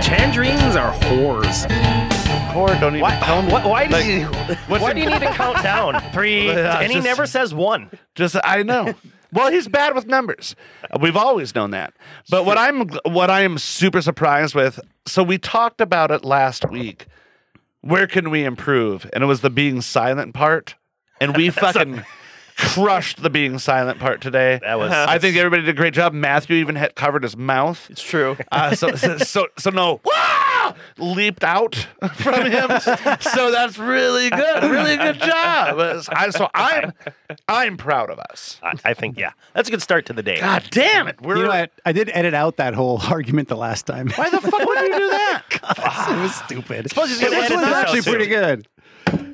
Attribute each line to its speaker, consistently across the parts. Speaker 1: Tangerines are whores.
Speaker 2: Core, don't even
Speaker 3: Why,
Speaker 2: tell me.
Speaker 3: why, why do
Speaker 2: Like,
Speaker 3: you
Speaker 2: what's
Speaker 3: why
Speaker 2: it-
Speaker 3: do you need to count down three?
Speaker 2: Yeah,
Speaker 3: and he
Speaker 2: just-
Speaker 3: never says one.
Speaker 2: Just I know. Well, he's bad with numbers. Uh, We've always known that. But what I'm what I am super surprised with. So we talked about it last week. Where can we improve? And it was the being silent part, and we fucking crushed the being silent part today.
Speaker 3: That was-
Speaker 2: I think everybody did a great job. Matthew even had covered his mouth.
Speaker 3: It's true.
Speaker 2: Uh, so, so, so, so no, "Wah!" leaped out from him. so that's really good, really good job. Uh, so I- So I'm, I'm proud of us.
Speaker 3: I, I think yeah, that's a good start to the day.
Speaker 2: God damn it, we're.
Speaker 4: You know what? I did edit out that whole argument the last time.
Speaker 2: why the fuck would you do that?
Speaker 4: it was stupid.
Speaker 3: Suppose he's
Speaker 4: But
Speaker 3: gonna
Speaker 4: this
Speaker 3: edit
Speaker 4: one's
Speaker 3: this out
Speaker 4: actually
Speaker 3: soon.
Speaker 4: pretty good.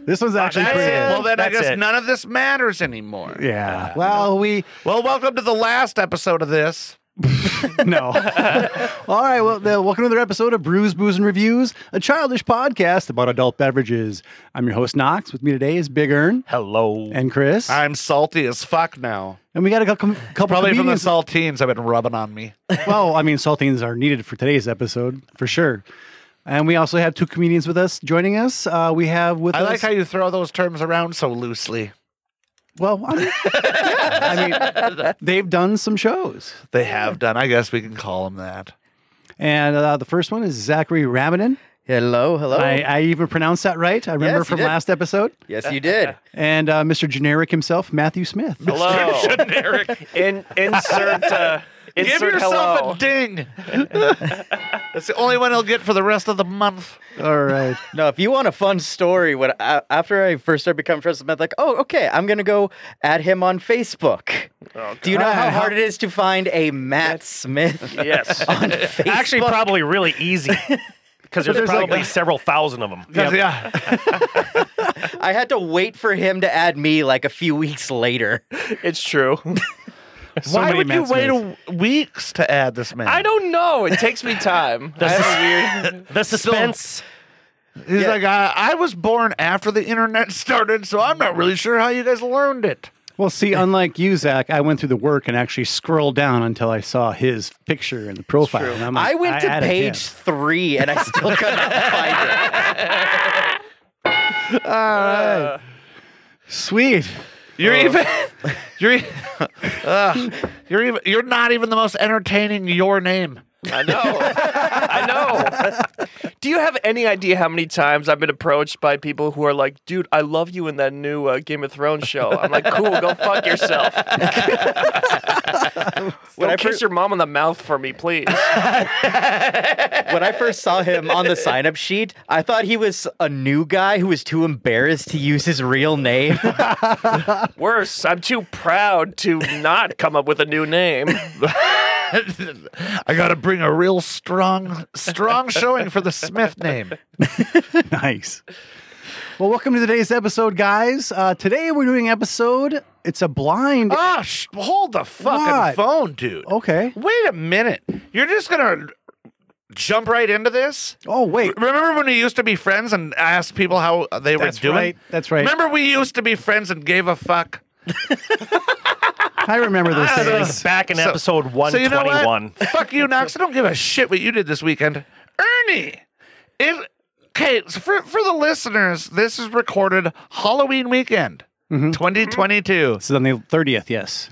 Speaker 4: This one's actually
Speaker 2: That's
Speaker 4: pretty
Speaker 2: it. Well,
Speaker 4: good.
Speaker 2: then I
Speaker 3: That's
Speaker 2: guess
Speaker 3: it.
Speaker 2: none of this matters anymore.
Speaker 4: Yeah. Well, we
Speaker 2: Well, welcome to the last episode of this.
Speaker 4: no. All right. Well, then, welcome to another episode of Brews, Booze, and Reviews, a childish podcast about adult beverages. I'm your host Knox. With me today is Big Earn
Speaker 3: Hello.
Speaker 4: and Chris,
Speaker 2: I'm salty as fuck now.
Speaker 4: and we got a couple, couple
Speaker 2: Probably from the
Speaker 4: comedians.
Speaker 2: saltines I've been rubbing on me.
Speaker 4: well, I mean, saltines are needed for today's episode for sure. And we also have two comedians with us joining us. Uh, we have with
Speaker 2: I
Speaker 4: us.
Speaker 2: like how you throw those terms around so loosely.
Speaker 4: well, I mean, yeah, I mean, they've done some shows,
Speaker 2: They have done. I guess we can call them that.
Speaker 4: and uh, the first one is Zachary Ramadan.
Speaker 5: Hello, hello.
Speaker 4: I, I even pronounced that right. I remember
Speaker 5: Yes, you
Speaker 4: from
Speaker 5: did.
Speaker 4: last episode.
Speaker 5: yes, you did.
Speaker 4: And uh, Mr. Generic himself, Matthew Smith.
Speaker 3: Hello. In, insert uh, insert
Speaker 2: Give yourself
Speaker 3: hello.
Speaker 2: a ding. That's the only one he'll get for the rest of the month.
Speaker 4: All right.
Speaker 5: No, if you want a fun story, when I, after I first started becoming friends with Matt, like, oh, okay, I'm gonna go at him on Facebook. Do you know
Speaker 4: God.
Speaker 5: how hard it is to find a Matt Smith?
Speaker 3: yes.
Speaker 5: On Facebook.
Speaker 3: Actually, probably really easy. Because there's,
Speaker 4: There's like
Speaker 3: probably
Speaker 4: a-
Speaker 3: several thousand of them.
Speaker 2: Yeah.
Speaker 5: I had to wait for him to add me like a few weeks later.
Speaker 6: It's true.
Speaker 4: So
Speaker 2: Why
Speaker 4: many
Speaker 2: would you
Speaker 4: Matt
Speaker 2: wait
Speaker 4: Smiths.
Speaker 2: a, weeks to add this man?
Speaker 6: I don't know. It takes me time. I have a weird.
Speaker 3: The suspense.
Speaker 2: He's
Speaker 5: Yeah.
Speaker 2: like, I, I was born after the internet started, so I'm not really sure how you guys learned it.
Speaker 4: Well, see, unlike you, Zach, I went through the work and actually scrolled down until I saw his picture in the profile. And I'm like,
Speaker 5: I went to
Speaker 4: added
Speaker 5: page
Speaker 4: him.
Speaker 5: three and I still could not find it.
Speaker 4: Sweet.
Speaker 2: You're even. You're. e- Ugh. you're even. You're not even the most entertaining. Your name.
Speaker 6: I know. I know. Do you have any idea how many times I've been approached by people who are like, dude, I love you in that new uh, Game of Thrones show? I'm like, cool, go fuck yourself. Would
Speaker 5: I
Speaker 6: I
Speaker 5: fir-
Speaker 6: kiss your mom on the mouth for me, please?
Speaker 5: When I first saw him on the sign up sheet, I thought he was a new guy who was too embarrassed to use his real name.
Speaker 6: Worse, I'm too proud to not come up with a new name.
Speaker 2: I gotta bring a real strong, strong showing for the Smith name.
Speaker 4: Nice. Well, welcome to today's episode, guys. Uh, today we're doing an episode. It's a blind.
Speaker 2: Ah, sh- hold the fucking
Speaker 4: What?
Speaker 2: phone, dude.
Speaker 4: Okay.
Speaker 2: Wait a minute. You're just gonna jump right into this?
Speaker 4: Oh, wait.
Speaker 2: Remember when we used to be friends and asked people how they
Speaker 4: That's
Speaker 2: were doing?
Speaker 4: right. That's right.
Speaker 2: Remember we used to be friends and gave a fuck?
Speaker 4: I remember those
Speaker 3: Like
Speaker 4: days.
Speaker 3: back in
Speaker 2: So-
Speaker 3: episode
Speaker 2: So you know
Speaker 3: 121.
Speaker 2: what? fuck you, Knox. I don't give a shit what you did this weekend. Ernie! It, okay, so for, for the listeners, this is recorded Halloween weekend. 2022.
Speaker 4: So then the 30th, yes.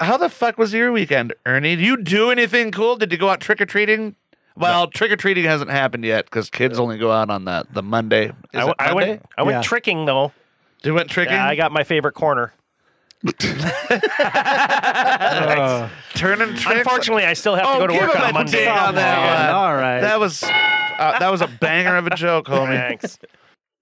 Speaker 2: How the fuck was your weekend, Ernie? Did you do anything cool? Did you go out trick or treating? Well, trick or treating hasn't happened yet because kids only go out on the, the Monday. Is
Speaker 3: I, w-
Speaker 2: it
Speaker 3: I went,
Speaker 2: Monday?
Speaker 3: I went
Speaker 4: Yeah.
Speaker 3: tricking, though.
Speaker 2: You went tricking.
Speaker 3: Yeah, I got my favorite corner.
Speaker 4: Uh,
Speaker 2: turning tricks.
Speaker 3: Unfortunately, I still have
Speaker 2: Oh,
Speaker 3: to go to
Speaker 2: give
Speaker 3: work
Speaker 2: him
Speaker 3: on
Speaker 2: a
Speaker 3: Monday.
Speaker 2: dig on that one.
Speaker 4: all right.
Speaker 2: that was uh, that was a banger of a joke,
Speaker 3: Oh,
Speaker 2: homie.
Speaker 3: Thanks.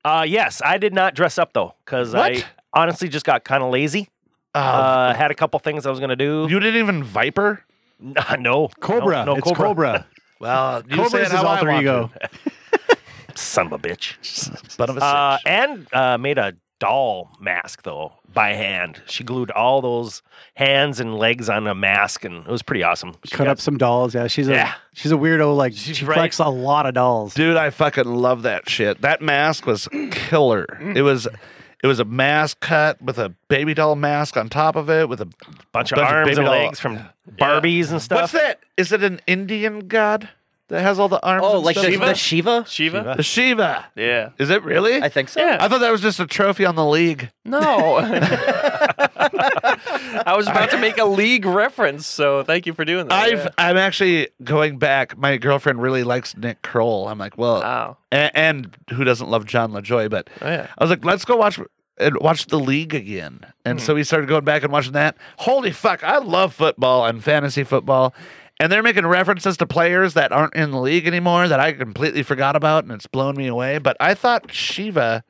Speaker 3: Uh, yes, I did not dress up though, because I
Speaker 2: What?
Speaker 3: honestly just got kind of lazy.
Speaker 2: Oh,
Speaker 3: Uh, had a couple things I was gonna do.
Speaker 2: you didn't even Viper.
Speaker 3: no, no,
Speaker 4: Cobra.
Speaker 3: no,
Speaker 4: it's Cobra.
Speaker 2: Well, you
Speaker 4: Cobra's
Speaker 2: said
Speaker 4: his
Speaker 2: how I
Speaker 4: alter
Speaker 2: want
Speaker 4: ego.
Speaker 2: to.
Speaker 3: Son of a bitch.
Speaker 2: Son of a
Speaker 3: Uh,
Speaker 2: sitch.
Speaker 3: and uh, made a doll mask though by hand. She glued all those hands and legs on a mask, and it was pretty awesome. She
Speaker 4: Cut
Speaker 3: got-
Speaker 4: up some dolls. Yeah, she's a
Speaker 3: Yeah.
Speaker 4: she's a weirdo. Like
Speaker 3: She's
Speaker 4: she
Speaker 3: right.
Speaker 4: collects a lot of dolls.
Speaker 2: Dude, I fucking love that shit. That mask was killer. It was it was a mask cut with a baby doll mask on top of it with a
Speaker 3: bunch of
Speaker 2: bunch of
Speaker 3: arms
Speaker 2: baby
Speaker 3: and
Speaker 2: doll-
Speaker 3: legs from Barbies and stuff.
Speaker 2: What's that? Is it an Indian god that has all the arms?
Speaker 5: Oh,
Speaker 2: and
Speaker 5: like
Speaker 2: stuff?
Speaker 5: the, the Shiva?
Speaker 6: Shiva?
Speaker 2: The Shiva.
Speaker 6: Yeah.
Speaker 2: Is it really?
Speaker 5: I think so.
Speaker 6: Yeah.
Speaker 2: I thought that was just a trophy on the league.
Speaker 6: No. I was about to make a league reference, so thank you for doing that.
Speaker 2: I've I'm actually going back. My girlfriend really likes Nick Kroll. I'm like, well,
Speaker 6: Wow.
Speaker 2: and, and who doesn't love John LaJoy? But
Speaker 6: Oh, yeah.
Speaker 2: I was like, let's go watch and watch the league again.
Speaker 6: Hmm.
Speaker 2: And so we started going back and watching that. Holy fuck, I love football and fantasy football. And they're making references to players that aren't in the league anymore that I completely forgot about, and it's blown me away. But I thought Shiva,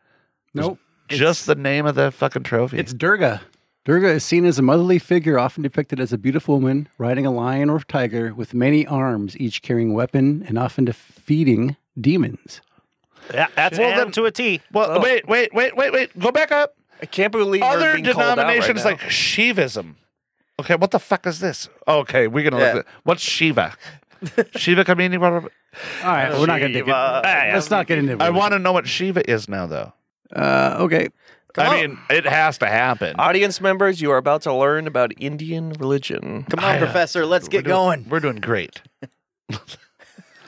Speaker 4: Nope.
Speaker 2: just the name of the fucking trophy.
Speaker 4: It's Durga. Durga is seen as a motherly figure, often depicted as a beautiful woman riding a lion or tiger with many arms, each carrying weapon and often defeating demons.
Speaker 3: yeah, that's
Speaker 2: Well,
Speaker 3: well,
Speaker 2: then-
Speaker 3: to a T.
Speaker 2: well,
Speaker 6: Oh.
Speaker 2: wait, wait, wait, wait, wait. Go back up.
Speaker 6: I can't believe we're
Speaker 2: other
Speaker 6: being called out right
Speaker 2: denominations
Speaker 6: now.
Speaker 2: like Shivism. Okay, what the fuck is this? Okay, we're gonna
Speaker 5: Yeah.
Speaker 2: look. At, what's Shiva? Shiva community. what-
Speaker 4: All right, we're not going to dig it. Let's not get into it.
Speaker 2: I want to know what Shiva is now, though.
Speaker 4: Uh, okay.
Speaker 2: I mean, it has to happen.
Speaker 6: Audience members, you are about to learn about Indian religion.
Speaker 5: Come on, Professor, let's get going.
Speaker 2: uh, We're doing great.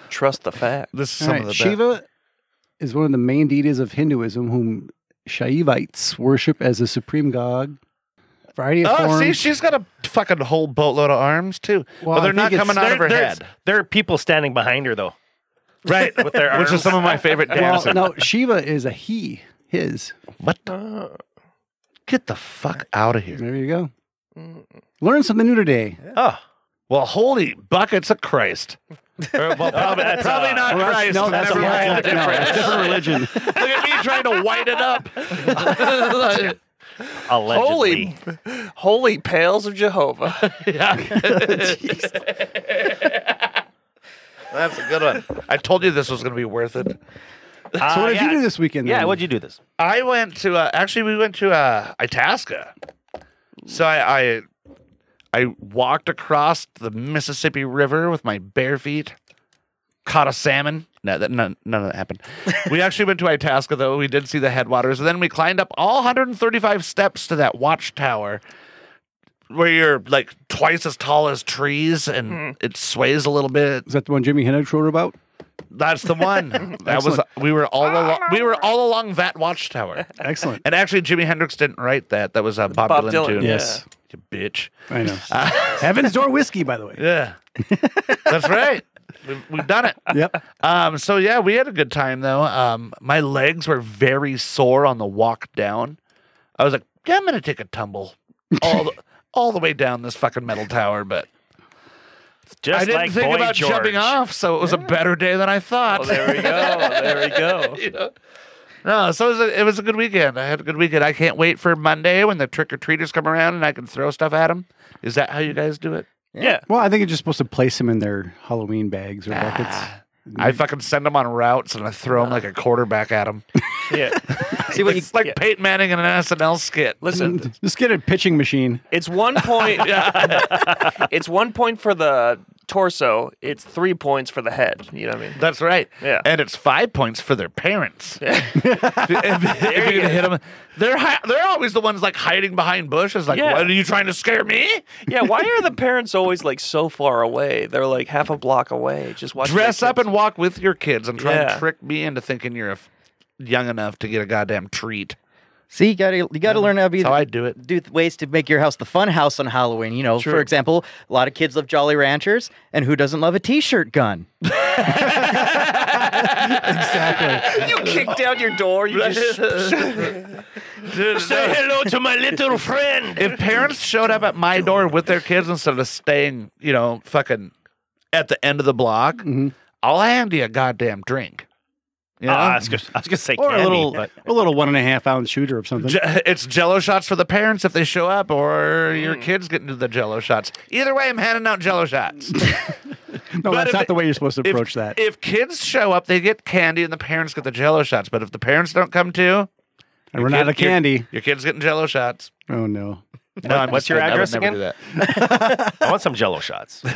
Speaker 6: Trust the fact.
Speaker 2: This is
Speaker 4: All
Speaker 2: some
Speaker 4: right,
Speaker 2: of the best.
Speaker 4: Shiva is one of the main deities of Hinduism, whom Shaivites worship as the supreme god. Variety of
Speaker 2: Oh,
Speaker 4: forms.
Speaker 2: see, she's got a fucking whole boatload of arms too,
Speaker 4: Well,
Speaker 2: but
Speaker 4: I
Speaker 2: they're not
Speaker 4: think it's-
Speaker 2: coming out of her
Speaker 3: there's-
Speaker 2: head,
Speaker 3: There are people standing behind her though,
Speaker 2: right?
Speaker 3: with their arms.
Speaker 2: Which is some of my favorite
Speaker 4: well,
Speaker 2: dancers.
Speaker 4: no, Shiva is a he, his.
Speaker 2: What? The? Get the fuck out of here!
Speaker 4: There you go. Learn something new today.
Speaker 3: oh,
Speaker 2: Well, holy buckets of Christ! Or, well, probably,
Speaker 3: that's,
Speaker 2: probably
Speaker 3: uh,
Speaker 2: not
Speaker 4: Well, that's-
Speaker 2: Christ.
Speaker 4: no, that's a
Speaker 2: Never mind.
Speaker 4: religion. No, that's different religion.
Speaker 2: Look at me trying to white it up.
Speaker 3: allegedly.
Speaker 6: Holy, holy pails of Jehovah.
Speaker 2: That's a good one. I told you this was going to be worth it.
Speaker 3: Uh,
Speaker 4: So what did
Speaker 3: yeah.
Speaker 4: you do this weekend?
Speaker 3: Yeah,
Speaker 4: then?
Speaker 3: what'd you do this?
Speaker 2: I went to uh, actually we went to uh, Itasca. So I, I I walked across the Mississippi River with my bare feet, caught a salmon. No, that, none, none of that happened. we actually went to Itasca though. We did see the headwaters, and then we climbed up all 135 steps to that watchtower. Where you're like twice as tall as trees and it sways a little bit.
Speaker 4: Is that the one Jimmy Hendrix wrote about?
Speaker 2: That's the one. that was we were all along, we were all along that watchtower.
Speaker 4: Excellent.
Speaker 2: And actually, Jimi Hendrix didn't write that. That was a Bob,
Speaker 6: Bob
Speaker 2: Dylan,
Speaker 6: Dylan,
Speaker 2: tune.
Speaker 6: yeah.
Speaker 4: Yes.
Speaker 2: You bitch.
Speaker 4: I know. Uh, Heaven's Door whiskey, by the way.
Speaker 2: Yeah. That's right. We've, we've done it.
Speaker 4: Yep.
Speaker 2: Um, so, yeah, we had a good time, though. Um, my legs were very sore on the walk down. I was like, yeah, I'm going to take a tumble all the, all the way down this fucking metal tower, but
Speaker 3: Just
Speaker 2: I didn't
Speaker 3: like
Speaker 2: think
Speaker 3: Boy
Speaker 2: about
Speaker 3: George.
Speaker 2: jumping off, so it was a better day than I thought.
Speaker 6: Oh, there we go. There we go.
Speaker 2: No, so it was, a, it was a good weekend. I had a good weekend. I can't wait for Monday when the trick or treaters come around and I can throw stuff at them. Is that how you guys do it?
Speaker 4: Well, I think you're just supposed to place them in their Halloween bags or buckets.
Speaker 2: I fucking send them on routes and I throw
Speaker 6: Uh,
Speaker 2: them like a quarterback at them.
Speaker 6: Yeah.
Speaker 5: See what you
Speaker 2: It's like Peyton Manning in an SNL skit.
Speaker 6: Listen,
Speaker 4: just get a pitching machine.
Speaker 6: It's one point. it's one point for the torso. It's three points for the head. You know what I mean?
Speaker 2: That's right.
Speaker 6: Yeah.
Speaker 2: And it's five points for their parents. if, if you're gonna hit them, they're hi- they're always the ones like hiding behind bushes. Like,
Speaker 6: Yeah.
Speaker 2: what are you trying to scare me?
Speaker 6: Yeah. Why are the parents always like so far away? They're like half a block away. Just watch.
Speaker 2: Dress up and walk with your kids and try
Speaker 6: Yeah.
Speaker 2: and trick me into thinking you're a f- young enough to get a goddamn treat.
Speaker 5: See, you gotta you gotta learn how to be
Speaker 2: That's how I do it.
Speaker 5: do th- ways to make your house the fun house on Halloween. You know, for example, a lot of kids love Jolly Ranchers, and who doesn't love a T-shirt gun?
Speaker 4: Exactly.
Speaker 6: You kick down your door. You just.
Speaker 2: Say hello to my little friend. If parents showed up at my door with their kids instead of staying, you know, fucking at the end of the block, I'll hand you a goddamn drink. You know?
Speaker 3: Ah, I, was gonna, I was gonna say
Speaker 4: or a
Speaker 3: candy,
Speaker 4: little,
Speaker 3: but
Speaker 4: a little one and a half ounce shooter of something.
Speaker 2: J- it's jello shots for the parents if they show Mm-hmm. up, or your kids get into the jello shots. Either way, I'm handing out jello shots.
Speaker 4: No, that's
Speaker 2: if
Speaker 4: not
Speaker 2: it-
Speaker 4: the way you're supposed to
Speaker 2: if-
Speaker 4: approach that.
Speaker 2: If kids show up, they get candy and the parents get the jello shots. But if the parents don't come too,
Speaker 4: and we're not a
Speaker 2: kid- your-
Speaker 4: candy.
Speaker 2: Your, kid's getting jello shots.
Speaker 4: Oh no.
Speaker 2: No, I'm
Speaker 3: what's
Speaker 2: just
Speaker 3: your
Speaker 2: kidding. I
Speaker 3: address
Speaker 2: would never
Speaker 3: again?
Speaker 2: do that.
Speaker 3: I want some Jello shots.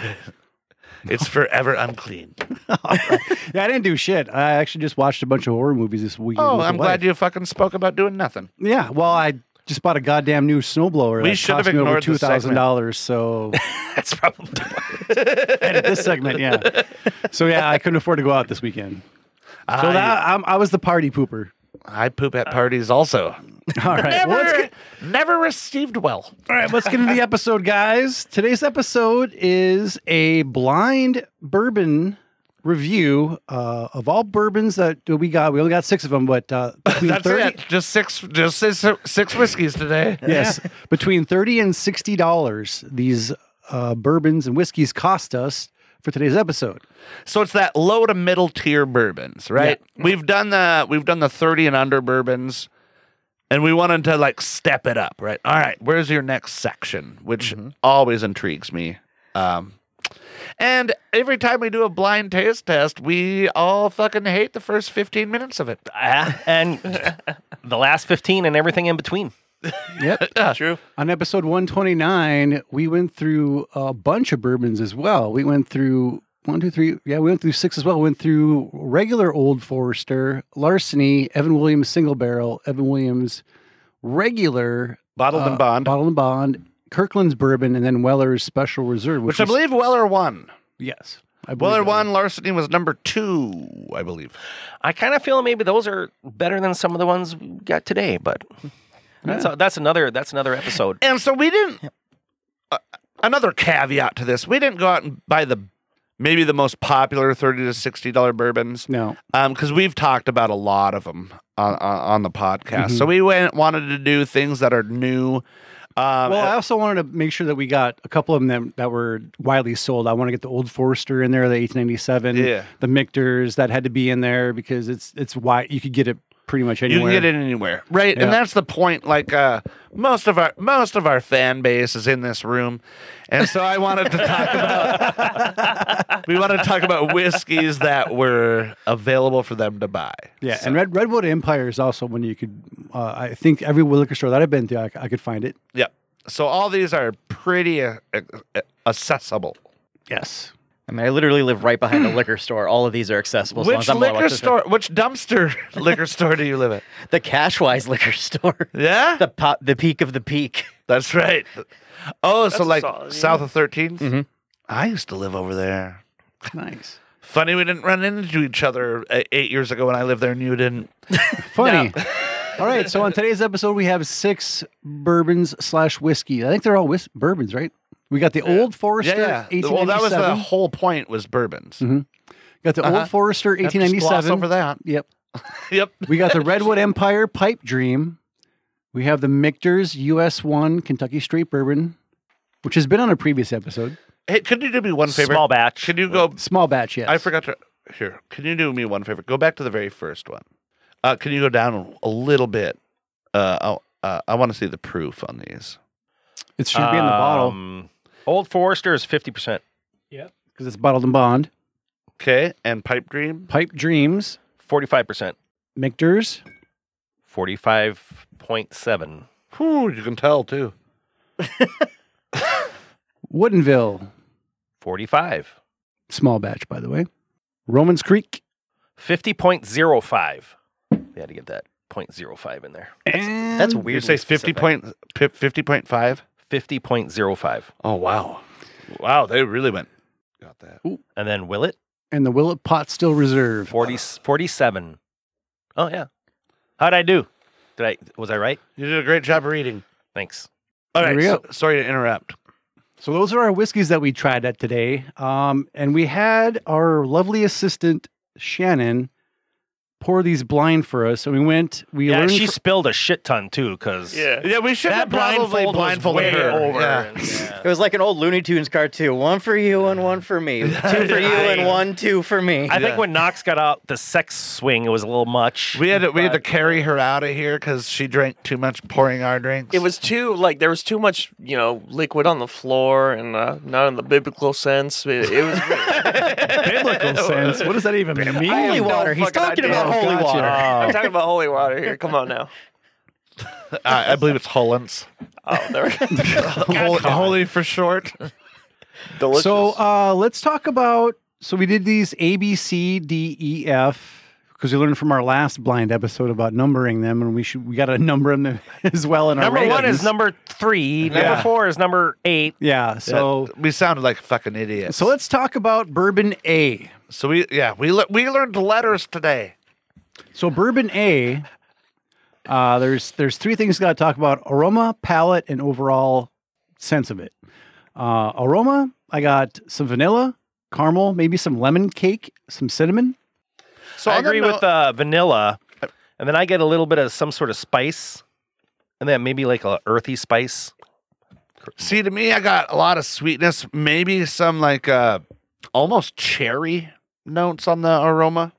Speaker 2: It's forever unclean.
Speaker 4: Yeah, I didn't do shit. I actually just watched a bunch of horror movies this weekend.
Speaker 2: Oh,
Speaker 4: with the
Speaker 2: I'm glad
Speaker 4: wife.
Speaker 2: you fucking spoke about doing nothing.
Speaker 4: Yeah, well, I just bought a goddamn new snowblower.
Speaker 2: We
Speaker 4: that
Speaker 2: should
Speaker 4: cost
Speaker 2: have
Speaker 4: me over
Speaker 2: ignored
Speaker 4: two
Speaker 2: this
Speaker 4: thousand
Speaker 2: segment.
Speaker 4: dollars. So
Speaker 3: That's probably
Speaker 4: edit this segment, yeah. So yeah, I couldn't afford to go out this weekend. So that, I'm, I was the party pooper.
Speaker 2: I poop
Speaker 3: Uh,
Speaker 2: at parties also.
Speaker 4: All right, well,
Speaker 2: Never,
Speaker 4: let's get-
Speaker 2: never received well.
Speaker 4: All right, let's get into the episode, guys. Today's episode is a blind bourbon review uh, of all bourbons that we got. We only got six of them, but uh, between
Speaker 2: That's
Speaker 4: thirty,
Speaker 2: it. Just six, just six, six whiskeys today.
Speaker 4: yes, between thirty and sixty dollars. These uh, bourbons and whiskeys cost us for today's episode.
Speaker 2: So it's that low to middle tier bourbons, right? We've done the we've done the thirty and under bourbons, and we wanted to like step it up, right? All right, where's your next section, which always intrigues me. Um, and every time we do a blind taste test, we all fucking hate the first fifteen minutes of it.
Speaker 3: Ah, and the last 15 and everything in between.
Speaker 4: Yep.
Speaker 6: True.
Speaker 4: On episode 129, we went through a bunch of bourbons as well. We went through one, two, three. Yeah, we went through six as well. We went through regular Old Forester, Larceny, Evan Williams Single Barrel, Evan Williams Regular,
Speaker 2: Bottled
Speaker 4: uh,
Speaker 2: and bond,
Speaker 4: Bottle and Bond, Kirkland's Bourbon, and then Weller's Special Reserve.
Speaker 2: which I
Speaker 4: was-
Speaker 2: believe Weller won.
Speaker 4: Yes. I believe
Speaker 2: Weller
Speaker 4: that.
Speaker 2: won. Larceny was number two, I believe.
Speaker 3: I kind of feel maybe those are better than some of the ones we got today, but that's a, that's another that's another episode.
Speaker 2: And so we didn't. uh, another caveat to this: we didn't go out and buy the maybe the most popular thirty to sixty dollar bourbons
Speaker 4: No.
Speaker 2: because we've talked about a lot of them on, on, on the podcast. So we went wanted to do things that are new. Um,
Speaker 4: Well, I also wanted to make sure that we got a couple of them that, that were widely sold. I want to get the Old Forester in there, the 1897,
Speaker 2: Yeah.
Speaker 4: the Mictors that had to be in there because it's it's wide. You could get it pretty much
Speaker 2: you
Speaker 4: anywhere.
Speaker 2: can get it anywhere, right?
Speaker 4: Yeah.
Speaker 2: And that's the point. Like uh, most of our most of our fan base is in this room, and so I wanted to talk about we want to talk about whiskeys that were available for them to buy.
Speaker 4: Yeah, and Red, Redwood Empire is also one you could. Uh, I think every liquor store that I've been to, I, c- I could find it.
Speaker 2: Yep. So all these are pretty uh, uh, accessible.
Speaker 4: Yes.
Speaker 5: I mean, I literally live right behind a liquor store. All of these are accessible. as long
Speaker 2: which
Speaker 5: as I'm allowed to
Speaker 2: liquor
Speaker 5: access them.
Speaker 2: store? Which dumpster liquor store do you live at?
Speaker 5: The Cashwise liquor store.
Speaker 2: Yeah,
Speaker 5: the po- the peak of the peak.
Speaker 2: that's right. Oh, so
Speaker 6: That's
Speaker 2: like
Speaker 6: solid, yeah.
Speaker 2: south of 13th I used to live over there.
Speaker 4: Nice.
Speaker 2: Funny we didn't run into each other uh, eight years ago when I lived there and you didn't.
Speaker 4: Funny. all right. So on today's episode, we have six bourbons slash whiskey. I think they're all whis- bourbons, right? We got the Old Forester.
Speaker 2: Yeah, yeah.
Speaker 4: 1897.
Speaker 2: Well, that was the whole point was bourbons.
Speaker 4: Got the
Speaker 2: Uh-huh.
Speaker 4: Old Forester
Speaker 2: Have to just gloss
Speaker 4: 1897.
Speaker 2: over that.
Speaker 4: Yep.
Speaker 2: Yep.
Speaker 4: We got the Redwood Empire Pipe Dream. We have the Michter's US 1 Kentucky Straight Bourbon, which has been on a previous episode.
Speaker 2: Hey, could you do me one favor?
Speaker 3: Small batch.
Speaker 2: Could you go
Speaker 4: Small batch, yes.
Speaker 2: I forgot to. Here, can you do me one favor? Go back to the very first one. Uh, can you go down a little bit? Uh, I, uh, I want to see the proof on these.
Speaker 4: It should be in the bottle
Speaker 3: Um, Old Forester is 50%.
Speaker 4: because it's bottled and bond.
Speaker 2: Okay, and pipe dream.
Speaker 4: Pipe Dreams,
Speaker 3: 45%.
Speaker 4: Michter's.
Speaker 3: 45.7.
Speaker 2: Whew, you can tell too.
Speaker 4: Woodenville,
Speaker 3: 45.
Speaker 4: small batch, by the way. Romans Creek.
Speaker 3: 50.05. We had to get that 0.05 in there.
Speaker 4: And
Speaker 5: That's
Speaker 2: You
Speaker 5: weird.
Speaker 2: say fifty point fifty point five.
Speaker 3: 50.05.
Speaker 2: Oh wow, wow, they really went. Got that.
Speaker 3: And then Willet,
Speaker 4: and the Willet Pot Still Reserve.
Speaker 3: 40, 47. Oh, yeah. How'd I do? Did I, was I right?
Speaker 2: You did a great job reading.
Speaker 3: Thanks.
Speaker 2: All
Speaker 4: There
Speaker 2: right,
Speaker 4: we
Speaker 2: so- sorry to interrupt.
Speaker 4: So those are our whiskeys that we tried at today. Um, and we had our lovely assistant Shannon pour these blind for us. And we went, we
Speaker 3: Yeah,
Speaker 4: learned.
Speaker 3: she
Speaker 4: fr-
Speaker 3: spilled a shit ton too because
Speaker 6: Yeah.
Speaker 2: Yeah, we should
Speaker 3: that
Speaker 2: have probably
Speaker 3: blindfold was way
Speaker 2: blindfolded her.
Speaker 3: over.
Speaker 2: Yeah.
Speaker 3: and- yeah.
Speaker 5: It was like an old Looney Tunes cartoon. One for you and one for me. Two for you and one, two for me.
Speaker 3: I think
Speaker 2: Yeah.
Speaker 3: when Knox got out the sex swing, it was a little much.
Speaker 2: We had to, we had to carry her out of here because she drank too much pouring our drinks.
Speaker 6: It was too like there was too much, you know, liquid on the floor, and uh, not in the biblical sense. It, it was
Speaker 4: biblical sense. What does that even mean? Oh,
Speaker 5: holy water. He's
Speaker 6: fucking
Speaker 5: talking
Speaker 6: idea.
Speaker 5: about holy
Speaker 4: Gotcha.
Speaker 5: water.
Speaker 6: I'm talking about holy water here. Come on now.
Speaker 2: I, I believe it's Hollands.
Speaker 6: Oh, there we go.
Speaker 2: Hol- Holy for short.
Speaker 6: delicious.
Speaker 4: So uh, let's talk about. So we did these A, B, C, D, E, F because we learned from our last blind episode about numbering them, and we should we got to number them as well in our
Speaker 3: number one
Speaker 4: ratings.
Speaker 3: is number three. Number
Speaker 2: Yeah.
Speaker 3: four is number eight.
Speaker 4: Yeah. So
Speaker 2: we sounded like fucking idiots.
Speaker 4: so let's talk about bourbon A.
Speaker 2: So we yeah we le- we learned letters today.
Speaker 4: So bourbon A. Uh, there's there's three things got to talk about: aroma, palate, and overall sense of it. Uh, aroma, I got some vanilla, caramel, maybe some lemon cake, some cinnamon.
Speaker 2: So
Speaker 3: I
Speaker 2: on the
Speaker 3: agree
Speaker 2: note-
Speaker 3: with uh, vanilla, and then I get a little bit of some sort of spice, and then maybe like a earthy spice.
Speaker 2: See, to me, I got a lot of sweetness, maybe some like uh almost cherry notes on the aroma.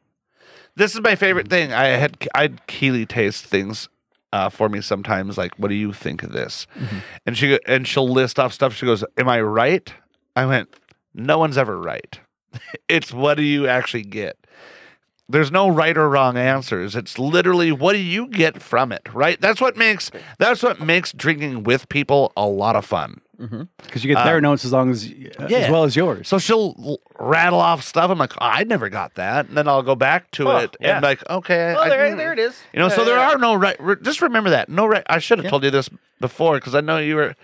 Speaker 2: This is my favorite thing. I had I'd Keely taste things uh, for me sometimes. Like, what do you think of this? And she go- and she'll list off stuff. She goes, "Am I right?" I went, "No one's ever right. it's what do you actually get." There's no right or wrong answers. It's literally what do you get from it, right? That's what makes that's what makes drinking with people a lot of fun.
Speaker 4: Because you get their notes as long as uh, as
Speaker 2: Uh, yeah.
Speaker 4: well as yours.
Speaker 2: So she'll l- rattle off stuff. I'm like, oh, I never got that. And then I'll go back to
Speaker 3: Huh,
Speaker 2: it
Speaker 3: yeah.
Speaker 2: and like, okay,
Speaker 3: Oh,
Speaker 2: I-
Speaker 3: there,
Speaker 2: mm.
Speaker 3: there it is.
Speaker 2: You know, so there are no right. Re- just remember that. No right. I should have told you this before because I know you were.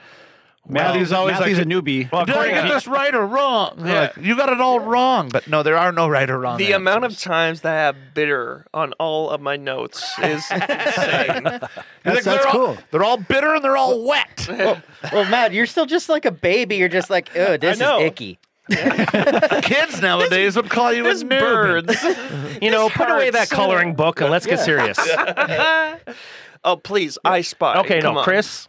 Speaker 2: Matthew's always
Speaker 4: Matthew's
Speaker 2: like,
Speaker 4: a newbie.
Speaker 3: Well,
Speaker 2: Did I
Speaker 3: according
Speaker 2: get
Speaker 3: to-
Speaker 2: this right or wrong?
Speaker 6: Yeah.
Speaker 2: Like, you got it all wrong. But no, there are no right or wrong.
Speaker 6: the amount of
Speaker 2: answers.
Speaker 6: times that I have bitter on all of my notes is insane.
Speaker 4: that's,
Speaker 2: They're
Speaker 4: that's
Speaker 2: all-
Speaker 4: cool.
Speaker 2: They're all bitter and they're all wet.
Speaker 5: Well, Matt, you're still just like a baby. You're just like, oh, this is
Speaker 6: know.
Speaker 5: icky.
Speaker 2: Kids nowadays would call you a
Speaker 6: There's
Speaker 2: noob.
Speaker 6: birds.
Speaker 3: You know, put away that
Speaker 6: hurts.
Speaker 3: coloring book and let's get serious.
Speaker 6: Oh, please, I spy.
Speaker 3: Okay,
Speaker 6: Come
Speaker 3: no,
Speaker 6: on.
Speaker 3: Chris,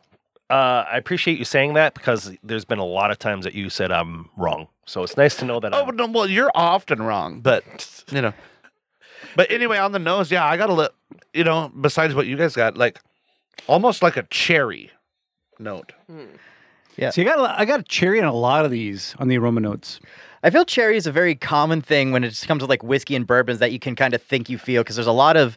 Speaker 3: uh, I appreciate you saying that because there's been a lot of times that you said I'm wrong. So it's nice to know that.
Speaker 2: Oh
Speaker 3: I'm,
Speaker 2: no, well, you're often wrong, but you know. But anyway, on the nose, yeah, I gotta let you know. Besides what you guys got, like almost like a cherry note.
Speaker 4: So you got a, lo- I got a cherry on a lot of these on the aroma notes.
Speaker 5: I feel cherry is a very common thing when it just comes to like whiskey and bourbons that you can kind of think you feel because there's a lot of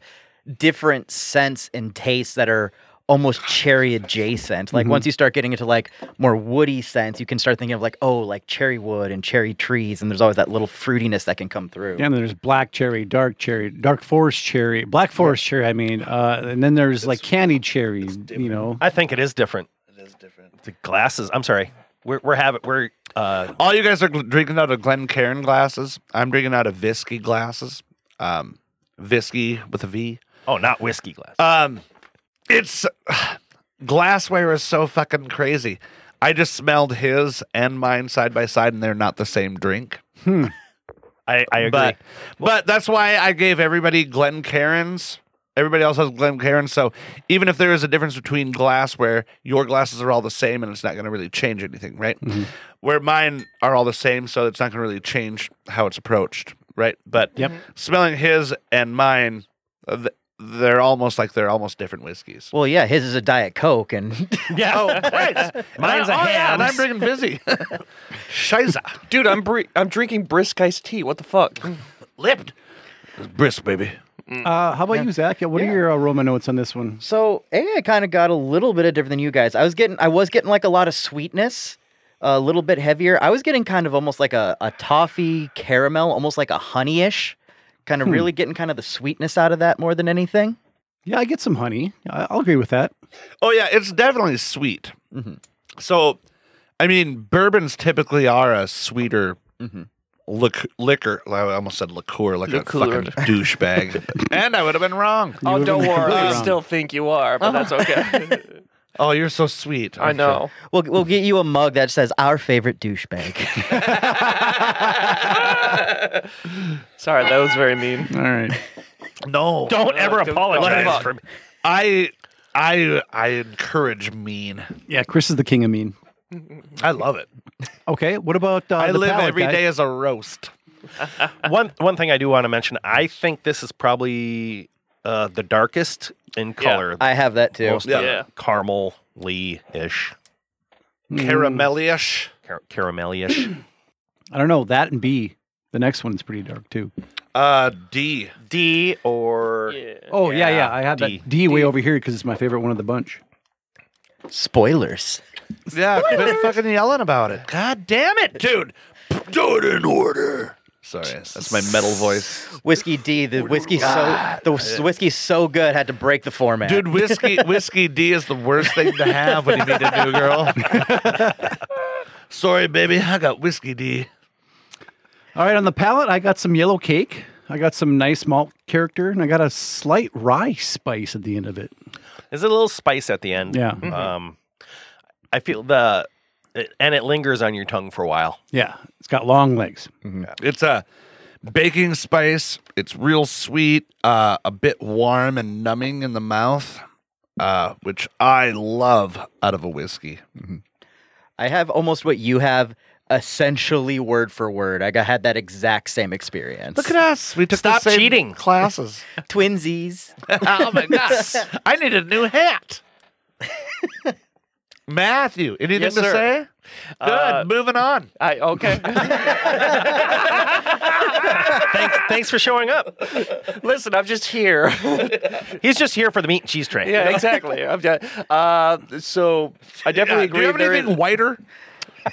Speaker 5: different scents and tastes that are almost cherry adjacent. Like once you start getting into like more woody scents, you can start thinking of like, oh, like cherry wood and cherry trees. And there's always that little fruitiness that can come through.
Speaker 4: Yeah, and then there's black cherry, dark cherry, dark forest cherry, black forest cherry. I mean, uh, and then there's like candied cherry. You know,
Speaker 3: I think it is different. It is different. The glasses. I'm sorry. We're we're having we're uh,
Speaker 2: All you guys are gl- drinking out of Glencairn glasses. I'm drinking out of Visky glasses. Um, Visky with a V.
Speaker 3: oh not whiskey glass.
Speaker 2: Um, it's glassware is so fucking crazy. I just smelled his and mine side by side, and they're not the same drink.
Speaker 3: I, I agree.
Speaker 2: But but that's why I gave everybody Glen Cairns. Everybody else has Glen Cairns. So even if there is a difference between glassware, your glasses are all the same and it's not going to really change anything, right? Where mine are all the same, so it's not going to really change how it's approached, right? But
Speaker 4: Yep.
Speaker 2: smelling his and mine, uh, th- they're almost like they're almost different whiskeys.
Speaker 5: Well, yeah, his is a Diet Coke and
Speaker 3: yeah.
Speaker 2: Oh, right.
Speaker 3: Mine's a
Speaker 2: oh, yeah, and I'm
Speaker 3: hams.
Speaker 2: bringing busy. Shiza.
Speaker 6: dude, I'm bre- I'm drinking brisk iced tea. What the fuck?
Speaker 2: Lipped. Brisk, baby.
Speaker 4: uh, how about you, Zach? What are your aroma notes on this one?
Speaker 5: So A, I kind of got a little bit of different than you guys. I was getting, I was getting like a lot of sweetness, a little bit heavier. I was getting kind of almost like a, a toffee caramel, almost like a honeyish, kind
Speaker 2: Hmm.
Speaker 5: of really getting kind of the sweetness out of that more than anything.
Speaker 4: Yeah, I get some honey. I- I'll agree with that.
Speaker 2: Oh yeah, it's definitely sweet. So, I mean, bourbons typically are a sweeter lic- liquor. I almost said Mm-hmm. liqueur, like a
Speaker 6: Liqueur.
Speaker 2: fucking douchebag, and I would have been wrong.
Speaker 6: oh,
Speaker 4: would've
Speaker 6: don't
Speaker 4: been
Speaker 6: worry.
Speaker 4: completely
Speaker 6: I
Speaker 4: wrong.
Speaker 6: still think you are, but that's okay.
Speaker 2: Oh, you're so sweet.
Speaker 6: I know.
Speaker 5: We'll we'll get you a mug that says our favorite douchebag.
Speaker 6: Sorry, that was very mean.
Speaker 4: All right.
Speaker 2: No,
Speaker 3: Don't ever
Speaker 6: don't-
Speaker 3: apologize
Speaker 6: don't.
Speaker 3: for me.
Speaker 2: I I I encourage mean.
Speaker 4: Yeah, Chris is the king of mean.
Speaker 2: I love it.
Speaker 4: Okay, what about uh,
Speaker 2: I
Speaker 4: the
Speaker 2: live
Speaker 4: palate
Speaker 2: every day
Speaker 4: guy?
Speaker 2: as a roast.
Speaker 3: one one thing I do want to mention. I think this is probably uh, the darkest in color.
Speaker 5: I have that too.
Speaker 3: Most, uh,
Speaker 6: Yeah.
Speaker 3: caramel-y ish,
Speaker 2: Mm. Caramellish.
Speaker 3: car- caramelly-ish.
Speaker 4: Hmm. I don't know that and B. The next one's pretty dark too.
Speaker 2: Uh D.
Speaker 3: D or
Speaker 4: Oh yeah, yeah. I had
Speaker 3: D.
Speaker 4: that D way over here because it's my favorite one of the bunch.
Speaker 5: Spoilers.
Speaker 2: Yeah, quit fucking yelling about it. God damn it, dude. Do it in order. Sorry, that's my metal voice.
Speaker 5: Whiskey D, the whiskey so the whis- whiskey's so good had to break the format.
Speaker 2: Dude, whiskey whiskey D is the worst thing to have when you meet a new girl. Sorry, baby, I got whiskey D.
Speaker 4: All right, on the palate, I got some yellow cake. I got some nice malt character, and I got a slight rye spice at the end of it.
Speaker 3: There's a little spice at the end.
Speaker 4: Yeah.
Speaker 2: Mm-hmm.
Speaker 3: Um, I feel the, it- and it lingers on your tongue for a while.
Speaker 4: Yeah, it's got long legs.
Speaker 2: Mm-hmm. It's a baking spice. It's real sweet, uh, a bit warm and numbing in the mouth, uh, which I love out of a whiskey.
Speaker 5: I have almost what you have essentially word for word. I got, had that exact same experience.
Speaker 2: Look at us. We took the
Speaker 3: Stop
Speaker 2: same
Speaker 3: cheating.
Speaker 2: classes.
Speaker 5: Twinsies.
Speaker 2: oh my god! I need a new hat. Matthew, anything
Speaker 6: Yes,
Speaker 2: to
Speaker 6: sir.
Speaker 2: say? Good.
Speaker 6: Uh,
Speaker 2: moving on.
Speaker 6: I okay.
Speaker 3: Thanks, thanks for showing up.
Speaker 6: Listen, I'm just here.
Speaker 3: He's just here for the meat and cheese train.
Speaker 6: yeah, exactly. I'm just, uh, so I definitely
Speaker 2: Yeah,
Speaker 6: agree.
Speaker 2: Uh, do you have
Speaker 6: there
Speaker 2: anything
Speaker 6: is-
Speaker 2: whiter?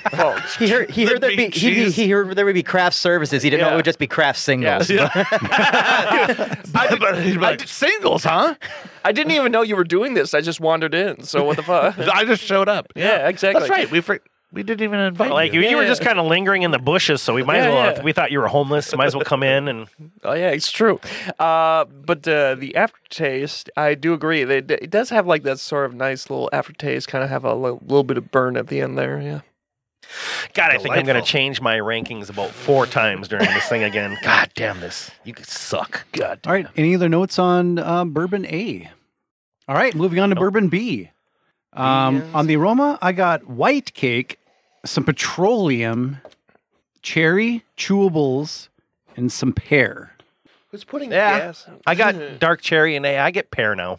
Speaker 6: well,
Speaker 5: He heard, he heard there'd be,
Speaker 2: big
Speaker 5: he,
Speaker 2: cheese.
Speaker 5: he heard there would be craft services. He didn't know
Speaker 6: Yeah.
Speaker 5: it would just be craft singles.
Speaker 2: I, singles, huh?
Speaker 6: I didn't even know you were doing this. I just wandered in. So what the fuck?
Speaker 2: I just showed up.
Speaker 6: yeah, exactly.
Speaker 2: That's right. We for, we didn't even invite
Speaker 3: Like you,
Speaker 2: you.
Speaker 3: you were
Speaker 6: yeah.
Speaker 3: just kind of lingering in the bushes, so we might as
Speaker 6: Yeah,
Speaker 3: well.
Speaker 6: yeah.
Speaker 3: If we thought you were homeless, might as well come in and
Speaker 6: Oh yeah, it's true. Uh, but uh, the aftertaste, I do agree. They, it does have like that sort of nice little aftertaste. Kind of have a li- little bit of burn at the end there. Yeah.
Speaker 3: God, I think I'm going
Speaker 2: Delightful.
Speaker 3: to change my rankings about four times during this thing again. God damn this. You could suck. God.
Speaker 4: All right. Any other notes on um, bourbon A? All right. Moving on to bourbon B. Um, on the aroma, I got white cake, some petroleum, cherry, chewables, and some pear.
Speaker 6: Who's putting
Speaker 3: Yeah.
Speaker 6: gas?
Speaker 3: I
Speaker 6: Hmm.
Speaker 3: got dark cherry and A. I get pear now.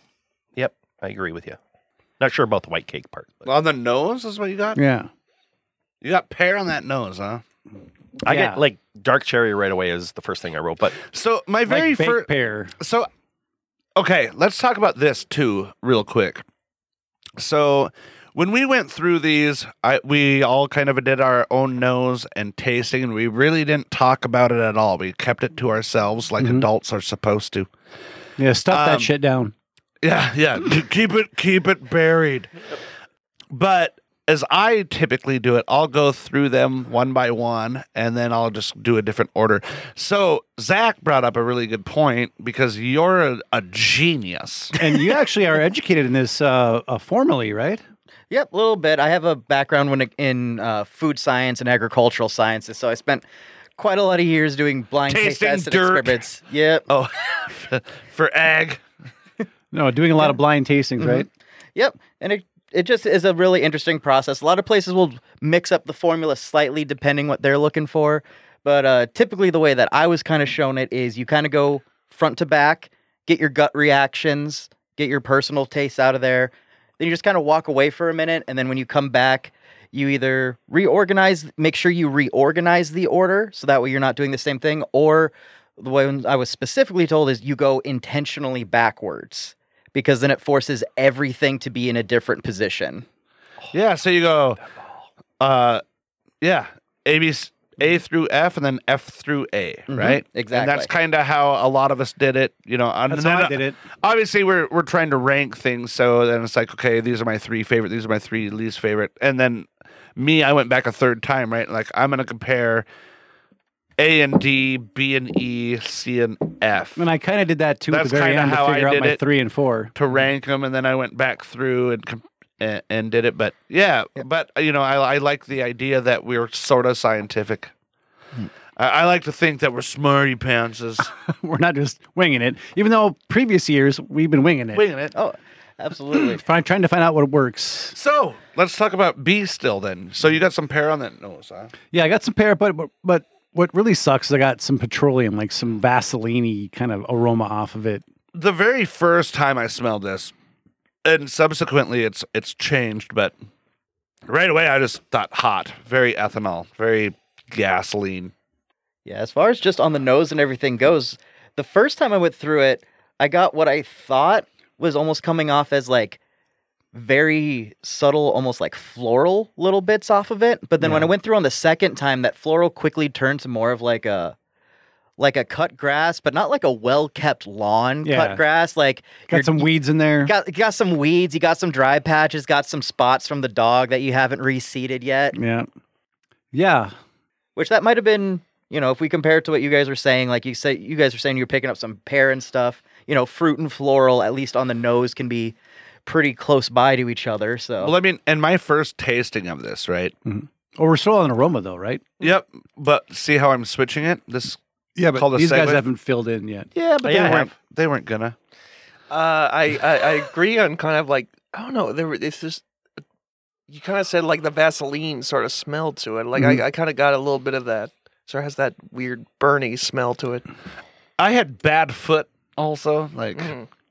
Speaker 3: Yep. I agree with you. Not sure about the white cake part. But
Speaker 2: on the nose is what you got.
Speaker 4: Yeah.
Speaker 2: You got pear on that nose, huh?
Speaker 3: I
Speaker 4: Yeah.
Speaker 3: get like dark cherry right away is the first thing I wrote. But
Speaker 2: So my very
Speaker 4: like baked
Speaker 2: first.
Speaker 4: pear.
Speaker 2: So, okay, let's talk about this too, real quick. So, when we went through these, I, we all kind of did our own nose and tasting, and we really didn't talk about it at all. We kept it to ourselves, like
Speaker 4: Mhm.
Speaker 2: adults are supposed to.
Speaker 4: Yeah. Stuff
Speaker 2: Um,
Speaker 4: that shit down.
Speaker 2: Yeah, yeah. K- keep it keep it buried. But as I typically do it, I'll go through them one by one and then I'll just do a different order. So Zach brought up a really good point because you're a, a genius.
Speaker 4: And you actually are educated in this uh, uh, formally, right?
Speaker 5: Yep, a little bit. I have a background when it- in uh, food science and agricultural sciences, so I spent quite a lot of years doing blind taste
Speaker 2: Tasting
Speaker 5: tests and
Speaker 2: dirt.
Speaker 5: experiments. Yep,
Speaker 2: Oh for ag.
Speaker 4: No, doing a lot of blind tastings, right?
Speaker 5: yep, and it it just is a really interesting process. A lot of places will mix up the formula slightly depending what they're looking for, but uh, typically the way that I was kind of shown it is you kind of go front to back, get your gut reactions, get your personal tastes out of there, then you just kind of walk away for a minute and then when you come back you either reorganize make sure you reorganize the order so that way you're not doing the same thing or the way i was specifically told is you go intentionally backwards because then it forces everything to be in a different position
Speaker 2: Yeah, so you go uh yeah, A B C- A through F and then F through A, right? And that's
Speaker 5: exactly.
Speaker 2: kind of how a lot of us did it, you know. And
Speaker 4: That's
Speaker 2: then, uh,
Speaker 4: how I did it.
Speaker 2: obviously we're we're trying to rank things so then it's like okay these are my three favorite these are my three least favorite and then me i went back a third time right like i'm gonna compare a and d b and e c and f
Speaker 4: And I kind of did that too at
Speaker 2: That's
Speaker 4: the very
Speaker 2: kinda
Speaker 4: end
Speaker 2: how
Speaker 4: to
Speaker 2: I
Speaker 4: figure out
Speaker 2: did
Speaker 4: my
Speaker 2: it.
Speaker 4: three and four.
Speaker 2: to rank them and then i went back through and com- and, and did it but yeah but you know I, I like the idea that we're sort of scientific I, I like to think that we're smarty pantses.
Speaker 4: We're not just winging it, even though previous years we've been winging it.
Speaker 2: Winging it.
Speaker 5: Oh, absolutely.
Speaker 4: Find, trying to find out what works.
Speaker 2: So let's talk about B still then. So you got some pear on that nose, huh?
Speaker 4: Yeah, I got some pear, but but- but what really sucks is I got some petroleum, like some Vaseline kind of aroma off of it.
Speaker 2: The very first time I smelled this, and subsequently it's it's changed, but right away I just thought hot, very ethanol, very gasoline.
Speaker 5: Yeah, as far as just on the nose and everything goes, the first time I went through it, I got what I thought was almost coming off as like very subtle, almost like floral little bits off of it. But then when I went through on the second time, that floral quickly turned to more of like a like a cut grass, but not like a well kept lawn
Speaker 4: Yeah.
Speaker 5: cut grass. Like
Speaker 4: Got
Speaker 5: you're-
Speaker 4: some weeds in there.
Speaker 5: got got some weeds, you got some dry patches, got some spots from the dog that you haven't reseeded yet
Speaker 4: yeah, yeah.
Speaker 5: which that might have been you know if we compare it to what you guys were saying like you say you guys were saying you're picking up some pear and stuff you know fruit and floral at least on the nose can be pretty close by to each other so
Speaker 2: Well, I mean, and my first tasting of this, right?
Speaker 4: Oh, we're still on aroma though, right?
Speaker 2: Yep. But see how I'm switching it? This
Speaker 4: Yeah,
Speaker 2: but Called a
Speaker 4: these guys
Speaker 2: segue?
Speaker 4: haven't filled in yet.
Speaker 2: Yeah, but
Speaker 6: Yeah, I
Speaker 2: they weren't
Speaker 6: have.
Speaker 2: they weren't gonna.
Speaker 6: Uh, I, I I agree on kind of like I don't know. There were- it's just you kind of said like the Vaseline sort of smell to it. Like I, I kind of got a little bit of that. So it has that weird burny smell to it.
Speaker 2: I had bad foot also, like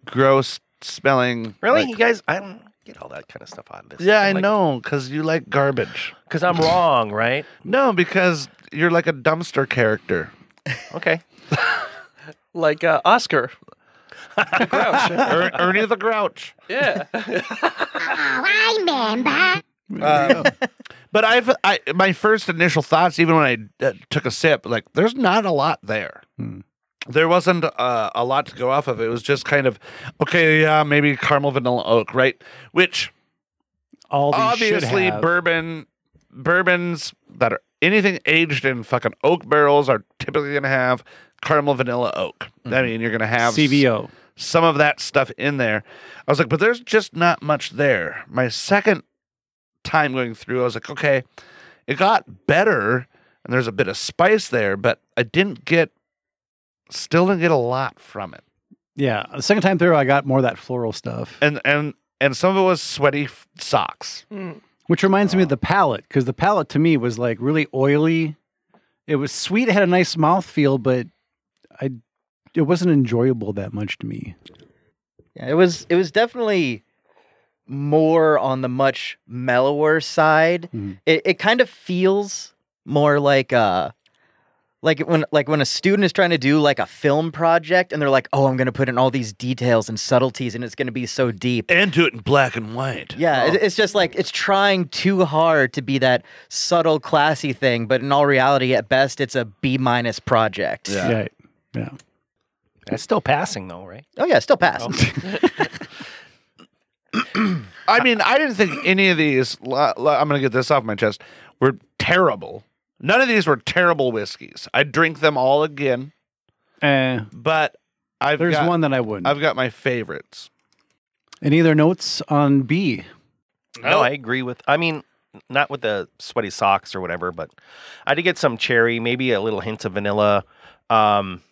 Speaker 2: gross smelling.
Speaker 3: Really,
Speaker 2: like-
Speaker 3: you guys? I don't get all that kind of stuff out of this.
Speaker 2: yeah, I know, because you like garbage.
Speaker 3: Because I'm wrong, right?
Speaker 2: No, because you're like a dumpster character.
Speaker 3: Okay.
Speaker 6: Like uh, Oscar. Grouch.
Speaker 2: Er- Ernie the Grouch.
Speaker 6: Yeah.
Speaker 2: Uh, But I've I my first initial thoughts, even when I uh, took a sip, like there's not a lot there. There wasn't uh, a lot to go off of. It was just kind of okay, yeah, maybe caramel vanilla oak, right? Which
Speaker 4: All these should
Speaker 2: obviously
Speaker 4: have.
Speaker 2: bourbon bourbons that are anything aged in fucking oak barrels are typically going to have caramel vanilla oak. I mean, you're going to have
Speaker 4: CVO.
Speaker 2: some of that stuff in there. I was like, but there's just not much there. My second time going through, I was like, okay, it got better and there's a bit of spice there, but I didn't get still didn't get a lot from it.
Speaker 4: Yeah, the second time through, I got more of that floral stuff,
Speaker 2: And and and some of it was sweaty f- socks.
Speaker 6: Hmm.
Speaker 4: which reminds me of the palate because the palate to me was like really oily. It was sweet. It had a nice mouthfeel, but I it wasn't enjoyable that much to me.
Speaker 5: yeah, it was it was definitely more on the much mellower side
Speaker 4: Mhm.
Speaker 5: it, it kind of feels more like uh like when like when a student is trying to do like a film project and they're like oh i'm going to put in all these details and subtleties and it's going to be so deep
Speaker 2: And do it in black and white.
Speaker 5: Yeah, it, it's just like it's trying too hard to be that subtle, classy thing, but in all reality, at best, it's a B minus project.
Speaker 4: Yeah, yeah. yeah.
Speaker 3: It's still passing though, right?
Speaker 5: Oh yeah, still passed.
Speaker 2: I mean, I didn't think any of these. li- li- I'm going to get this off my chest. Were terrible. None of these were terrible whiskeys. I drink them all again,
Speaker 4: Eh,
Speaker 2: but I've
Speaker 4: there's
Speaker 2: got,
Speaker 4: one that I wouldn't.
Speaker 2: I've got my favorites.
Speaker 4: Any other notes on B?
Speaker 3: No, I agree with. I mean, not with the sweaty socks or whatever, but I did get some cherry, maybe a little hint of vanilla. Um,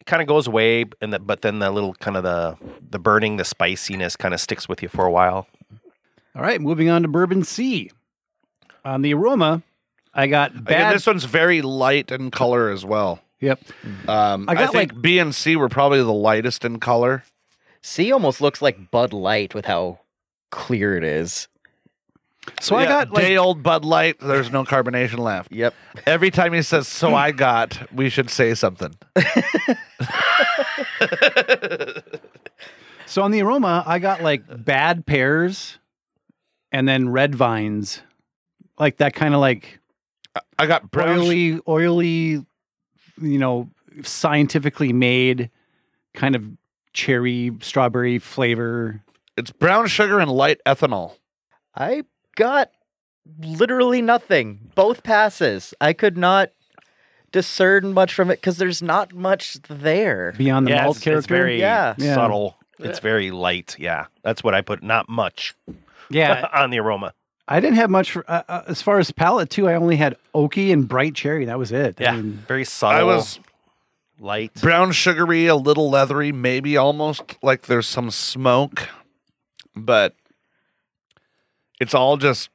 Speaker 3: it kind of goes away, and the, but then the little kind of the the burning, the spiciness kind of sticks with you for a while.
Speaker 4: All right, moving on to bourbon C. On the aroma, I got
Speaker 2: Again,
Speaker 4: bad.
Speaker 2: this one's very light in color as well.
Speaker 4: yep,
Speaker 2: Um,
Speaker 4: I
Speaker 2: I,
Speaker 4: got,
Speaker 2: think B and C were probably the lightest in color.
Speaker 5: C almost looks like Bud Light with how clear it is.
Speaker 4: So I got like
Speaker 2: day old Bud Light. There's no carbonation left.
Speaker 5: Yep.
Speaker 2: Every time he says "so I got," we should say something.
Speaker 4: so on the aroma, I got like bad pears, and then red vines, like that kind of like
Speaker 2: I got brown. sh-
Speaker 4: oily, oily, you know, scientifically made kind of cherry strawberry flavor.
Speaker 2: it's brown sugar and light ethanol.
Speaker 5: I got literally nothing. Both passes. I could not discern much from it because there's not much there.
Speaker 4: Beyond the
Speaker 3: yeah,
Speaker 4: malt
Speaker 3: it's,
Speaker 4: character,
Speaker 3: it's very
Speaker 5: Yeah.
Speaker 4: Yeah.
Speaker 3: subtle. It's very light. Yeah, that's what I put. Not much
Speaker 4: yeah,
Speaker 3: on the aroma.
Speaker 4: I didn't have much for, uh, uh, as far as palate too. I only had oaky and bright cherry. That was it. I
Speaker 3: Yeah,
Speaker 4: mean,
Speaker 3: very subtle.
Speaker 2: I
Speaker 4: Oh.
Speaker 2: was
Speaker 3: light.
Speaker 2: brown sugary, a little leathery, maybe almost like there's some smoke, but it's all just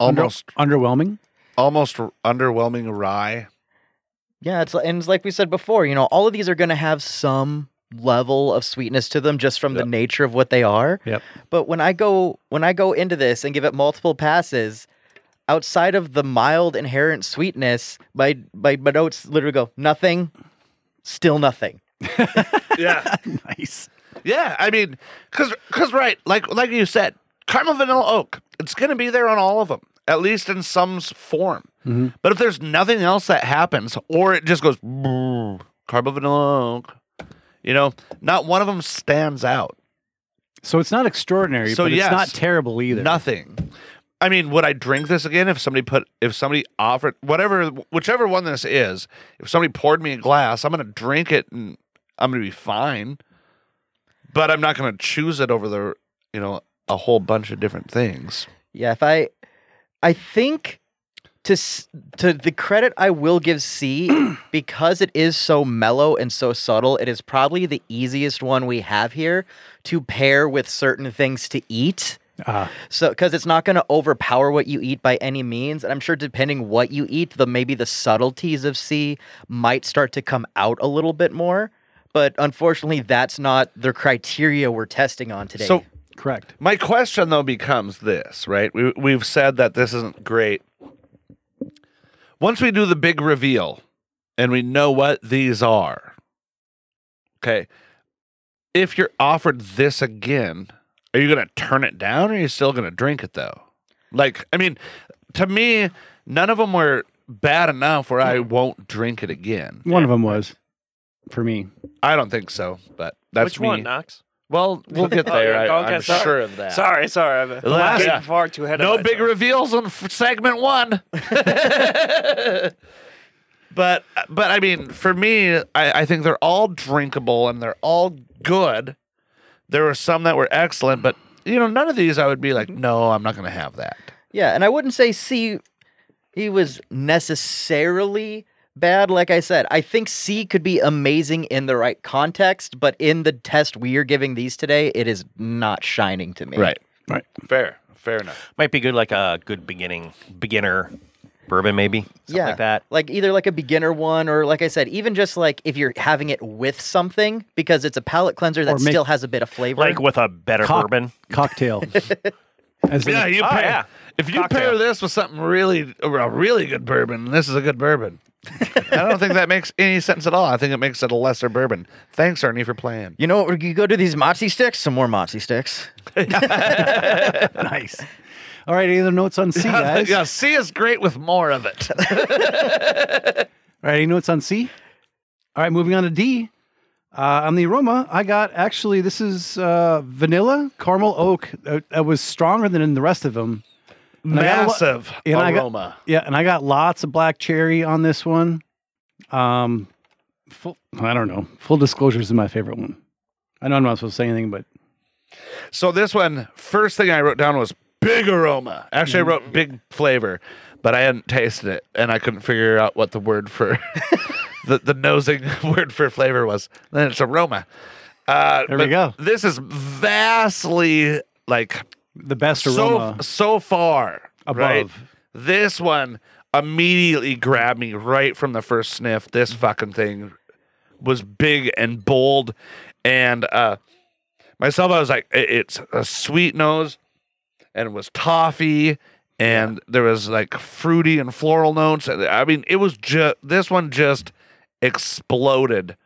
Speaker 4: under-
Speaker 2: almost
Speaker 4: underwhelming.
Speaker 2: almost r- underwhelming rye.
Speaker 5: Yeah, it's li- and it's like we said before, you know, all of these are going to have some level of sweetness to them just from the nature of what they are.
Speaker 4: Yep.
Speaker 5: But when I go when I go into this and give it multiple passes, outside of the mild inherent sweetness, my my, my notes literally go nothing, still nothing.
Speaker 2: Yeah.
Speaker 4: Nice.
Speaker 2: Yeah, I mean, cause, cause right, like like you said, caramel vanilla oak. It's gonna be there on all of them, at least in some s- form. But if there's nothing else that happens, or it just goes "Brrr, caramel vanilla oak, you know, not one of them stands out.
Speaker 4: So it's not extraordinary,
Speaker 2: So
Speaker 4: but
Speaker 2: yes.
Speaker 4: it's not terrible either.
Speaker 2: Nothing. I mean, would I drink this again if somebody put if somebody offered whatever whichever one this is, if somebody poured me a glass, I'm gonna drink it and I'm gonna be fine. But I'm not gonna choose it over the you know, a whole bunch of different things.
Speaker 5: Yeah, if I I think to s- to the credit I will give C because it is so mellow and so subtle, it is probably the easiest one we have here to pair with certain things to eat.
Speaker 4: Ah.
Speaker 5: So cuz it's not going to overpower what you eat by any means, and I'm sure depending what you eat, the maybe the subtleties of C might start to come out a little bit more. But unfortunately, that's not the criteria we're testing on today.
Speaker 2: So
Speaker 4: Correct.
Speaker 2: my question though becomes this, right? We we've said that this isn't great. Once we do the big reveal and we know what these are. Okay. If you're offered this again, are you going to turn it down or are you still going to drink it though? Like, I mean, to me, none of them were bad enough where I won't drink it again.
Speaker 4: One of them was for me.
Speaker 2: I don't think so, but that's
Speaker 6: Which
Speaker 2: me.
Speaker 6: one, Knox?
Speaker 2: Well, we'll get
Speaker 6: Oh,
Speaker 2: there.
Speaker 6: yeah,
Speaker 2: I,
Speaker 6: okay,
Speaker 2: am
Speaker 6: sorry.
Speaker 2: sure of that.
Speaker 6: Sorry, sorry. I'm
Speaker 2: last-
Speaker 6: getting far too ahead
Speaker 2: no
Speaker 6: of
Speaker 2: big
Speaker 6: myself.
Speaker 2: reveals on f- segment one. but but I mean, for me, I, I think they're all drinkable and they're all good. There were some that were excellent, but you know, none of these I would be like, no, I'm not going to have that.
Speaker 5: Yeah, and I wouldn't say C he was necessarily bad. Like I said, I think C could be amazing in the right context, but in the test we are giving these today, it is not shining to me.
Speaker 4: Right.
Speaker 2: Fair. Fair enough.
Speaker 3: Might be good, like a good beginning beginner bourbon, maybe something
Speaker 5: yeah.
Speaker 3: like that.
Speaker 5: Like either like a beginner one or like I said, even just like if you're having it with something because it's a palate cleanser that
Speaker 4: Or make-
Speaker 5: still has a bit of flavor.
Speaker 3: Like with a better
Speaker 4: Cock-
Speaker 3: bourbon.
Speaker 4: Cocktail. As in-
Speaker 2: Yeah, you
Speaker 3: Oh,
Speaker 2: pair.
Speaker 3: yeah.
Speaker 2: If you
Speaker 3: Cocktail.
Speaker 2: pair this with something really, a really good bourbon, this is a good bourbon. I don't think that makes any sense at all. I think it makes it a lesser bourbon. Thanks, Ernie, for playing.
Speaker 5: you know, what, you go to these mozzie sticks, some more mozzie sticks.
Speaker 4: nice. All right. Any other notes on C, guys?
Speaker 2: Yeah, C is great with more of it.
Speaker 4: All right, any notes on C? All right, moving on to D. Uh, on the aroma, I got actually this is uh, vanilla, caramel, oak. That, that was stronger than in the rest of them. And I got a lo-
Speaker 2: Massive
Speaker 4: and I got-
Speaker 2: aroma.
Speaker 4: yeah, and I got lots of black cherry on this one. Um, full, I don't know. Full disclosure is my favorite one. I know I'm not supposed to say anything, but
Speaker 2: so this one, first thing I wrote down was big aroma. Actually, I
Speaker 4: Mm-hmm.
Speaker 2: wrote big flavor, but I hadn't tasted it, and I couldn't figure out what the word for the the nosing word for flavor was. Then it's aroma. Uh,
Speaker 4: There we
Speaker 2: but
Speaker 4: go.
Speaker 2: This is vastly like
Speaker 4: the best
Speaker 2: so
Speaker 4: aroma.
Speaker 2: so far right?
Speaker 4: Above.
Speaker 2: This one immediately grabbed me right from the first sniff. This fucking thing was big and bold, and uh, myself, I was like, "I- it's a sweet nose, and it was toffee, and there was like fruity and floral notes. And I mean, it was just this one just exploded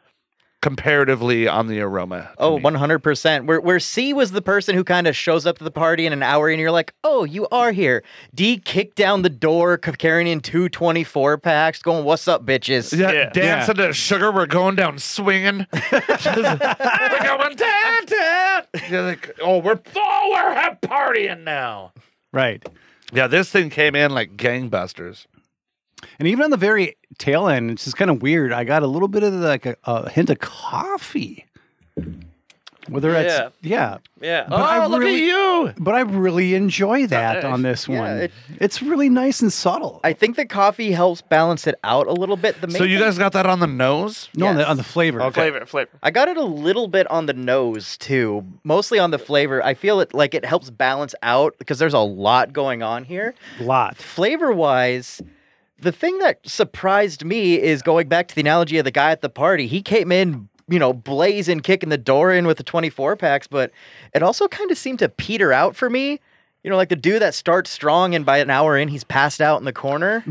Speaker 2: comparatively on the aroma. to
Speaker 5: Oh,
Speaker 2: me.
Speaker 5: 100%. Where, where C was the person who kind of shows up to the party in an hour and you're like, oh, you are here. D kicked down the door c- carrying in two 24 packs, going, what's up, bitches?
Speaker 2: Yeah,
Speaker 6: Yeah.
Speaker 2: dancing to sugar. We're going down swinging. we're going down, down. You're like, oh, we're oh, we're ha- partying now.
Speaker 4: right.
Speaker 2: Yeah, this thing came in like gangbusters.
Speaker 4: And even on the very tail end, it's just kind of weird. I got a little bit of like a, a hint of coffee. Whether that's
Speaker 6: Yeah.
Speaker 4: yeah,
Speaker 6: Yeah.
Speaker 4: But I
Speaker 6: oh, look
Speaker 4: really-
Speaker 6: at you.
Speaker 4: but I really enjoy that
Speaker 6: nice.
Speaker 4: on this
Speaker 5: Yeah,
Speaker 4: one.
Speaker 5: it-
Speaker 4: it's really nice and subtle.
Speaker 5: I think the coffee helps balance it out a little bit. The main
Speaker 2: So you
Speaker 5: thing-
Speaker 2: guys got that on the nose?
Speaker 4: no, on, the,
Speaker 5: yes.
Speaker 4: on the flavor.
Speaker 6: Flavor, flavor.
Speaker 5: I got it a little bit on the nose too, mostly on the flavor. I feel it like it helps balance out because there's a lot going on here.
Speaker 4: Lot.
Speaker 5: Flavor wise, the thing that surprised me is going back to the analogy of the guy at the party. He came in, you know, blazing, kicking the door in with the 24 packs, but it also kind of seemed to peter out for me. You know, like the dude that starts strong and by an hour in, he's passed out in the corner.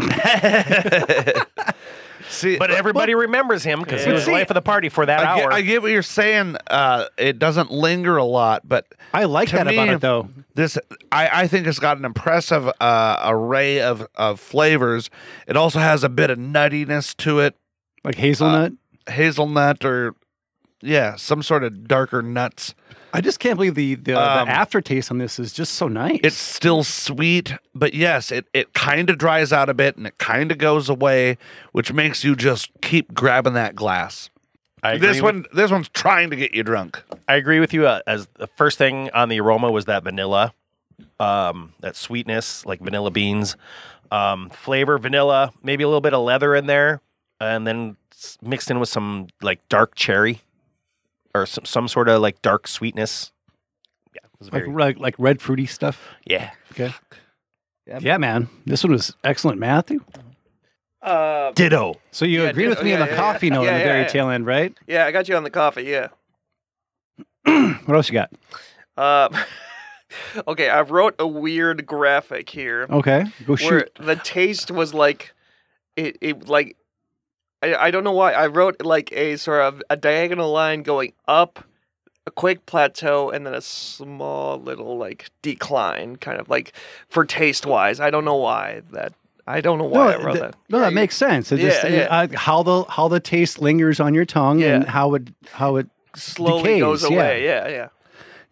Speaker 2: See,
Speaker 3: But everybody remembers him because he
Speaker 2: Yeah.
Speaker 3: was the
Speaker 2: See,
Speaker 3: life of the party for that
Speaker 2: I get,
Speaker 3: hour.
Speaker 2: I get what you're saying. Uh, it doesn't linger a lot, but
Speaker 4: I like
Speaker 2: To
Speaker 4: that about
Speaker 2: me-
Speaker 4: it though.
Speaker 2: this I, I think it's got an impressive uh, array of, of flavors. It also has a bit of nuttiness to it,
Speaker 4: Like hazelnut.
Speaker 2: hazelnut or yeah, some sort of darker nuts.
Speaker 4: I just can't believe the the,
Speaker 2: um,
Speaker 4: the aftertaste on this is just so nice.
Speaker 2: It's still sweet, but yes, it, it kind of dries out a bit and it kind of goes away, which makes you just keep grabbing that glass.
Speaker 3: I agree
Speaker 2: This
Speaker 3: with-
Speaker 2: one this one's trying to get you drunk.
Speaker 3: I agree with you. Uh, as the first thing on the aroma was that vanilla, um, that sweetness, like vanilla beans, um, flavor vanilla, maybe a little bit of leather in there, and then s- mixed in with some like dark cherry, or some some sort of like dark sweetness. Yeah, it was
Speaker 4: like,
Speaker 3: very
Speaker 4: like like red fruity stuff.
Speaker 3: yeah.
Speaker 4: Okay. Yeah, man. This one was excellent, Matthew.
Speaker 6: Uh,
Speaker 3: Ditto.
Speaker 4: So you
Speaker 6: Yeah,
Speaker 4: agree
Speaker 6: dude. Oh,
Speaker 4: with me
Speaker 6: Yeah,
Speaker 4: on the
Speaker 6: yeah,
Speaker 4: coffee
Speaker 6: yeah.
Speaker 4: note
Speaker 6: Yeah,
Speaker 4: on the
Speaker 6: yeah,
Speaker 4: very
Speaker 6: yeah.
Speaker 4: tail end, right?
Speaker 6: yeah, I got you on the coffee. Yeah.
Speaker 4: What else you got?
Speaker 6: Uh, okay, I wrote a weird graphic here
Speaker 4: Okay, go
Speaker 6: where
Speaker 4: shoot.
Speaker 6: the taste was like, it, it like, I, I don't know why. I wrote like a sort of a diagonal line going up, a quick plateau, and then a small little like decline, kind of like for taste wise. I don't know why that. I don't know why I wrote
Speaker 4: th-
Speaker 6: that.
Speaker 4: no, that makes sense. It
Speaker 6: Yeah,
Speaker 4: just
Speaker 6: yeah.
Speaker 4: Uh, how the how the taste lingers on your tongue and
Speaker 6: Yeah.
Speaker 4: how it how it
Speaker 6: Slowly
Speaker 4: decays, yeah.
Speaker 6: goes away. Yeah, yeah.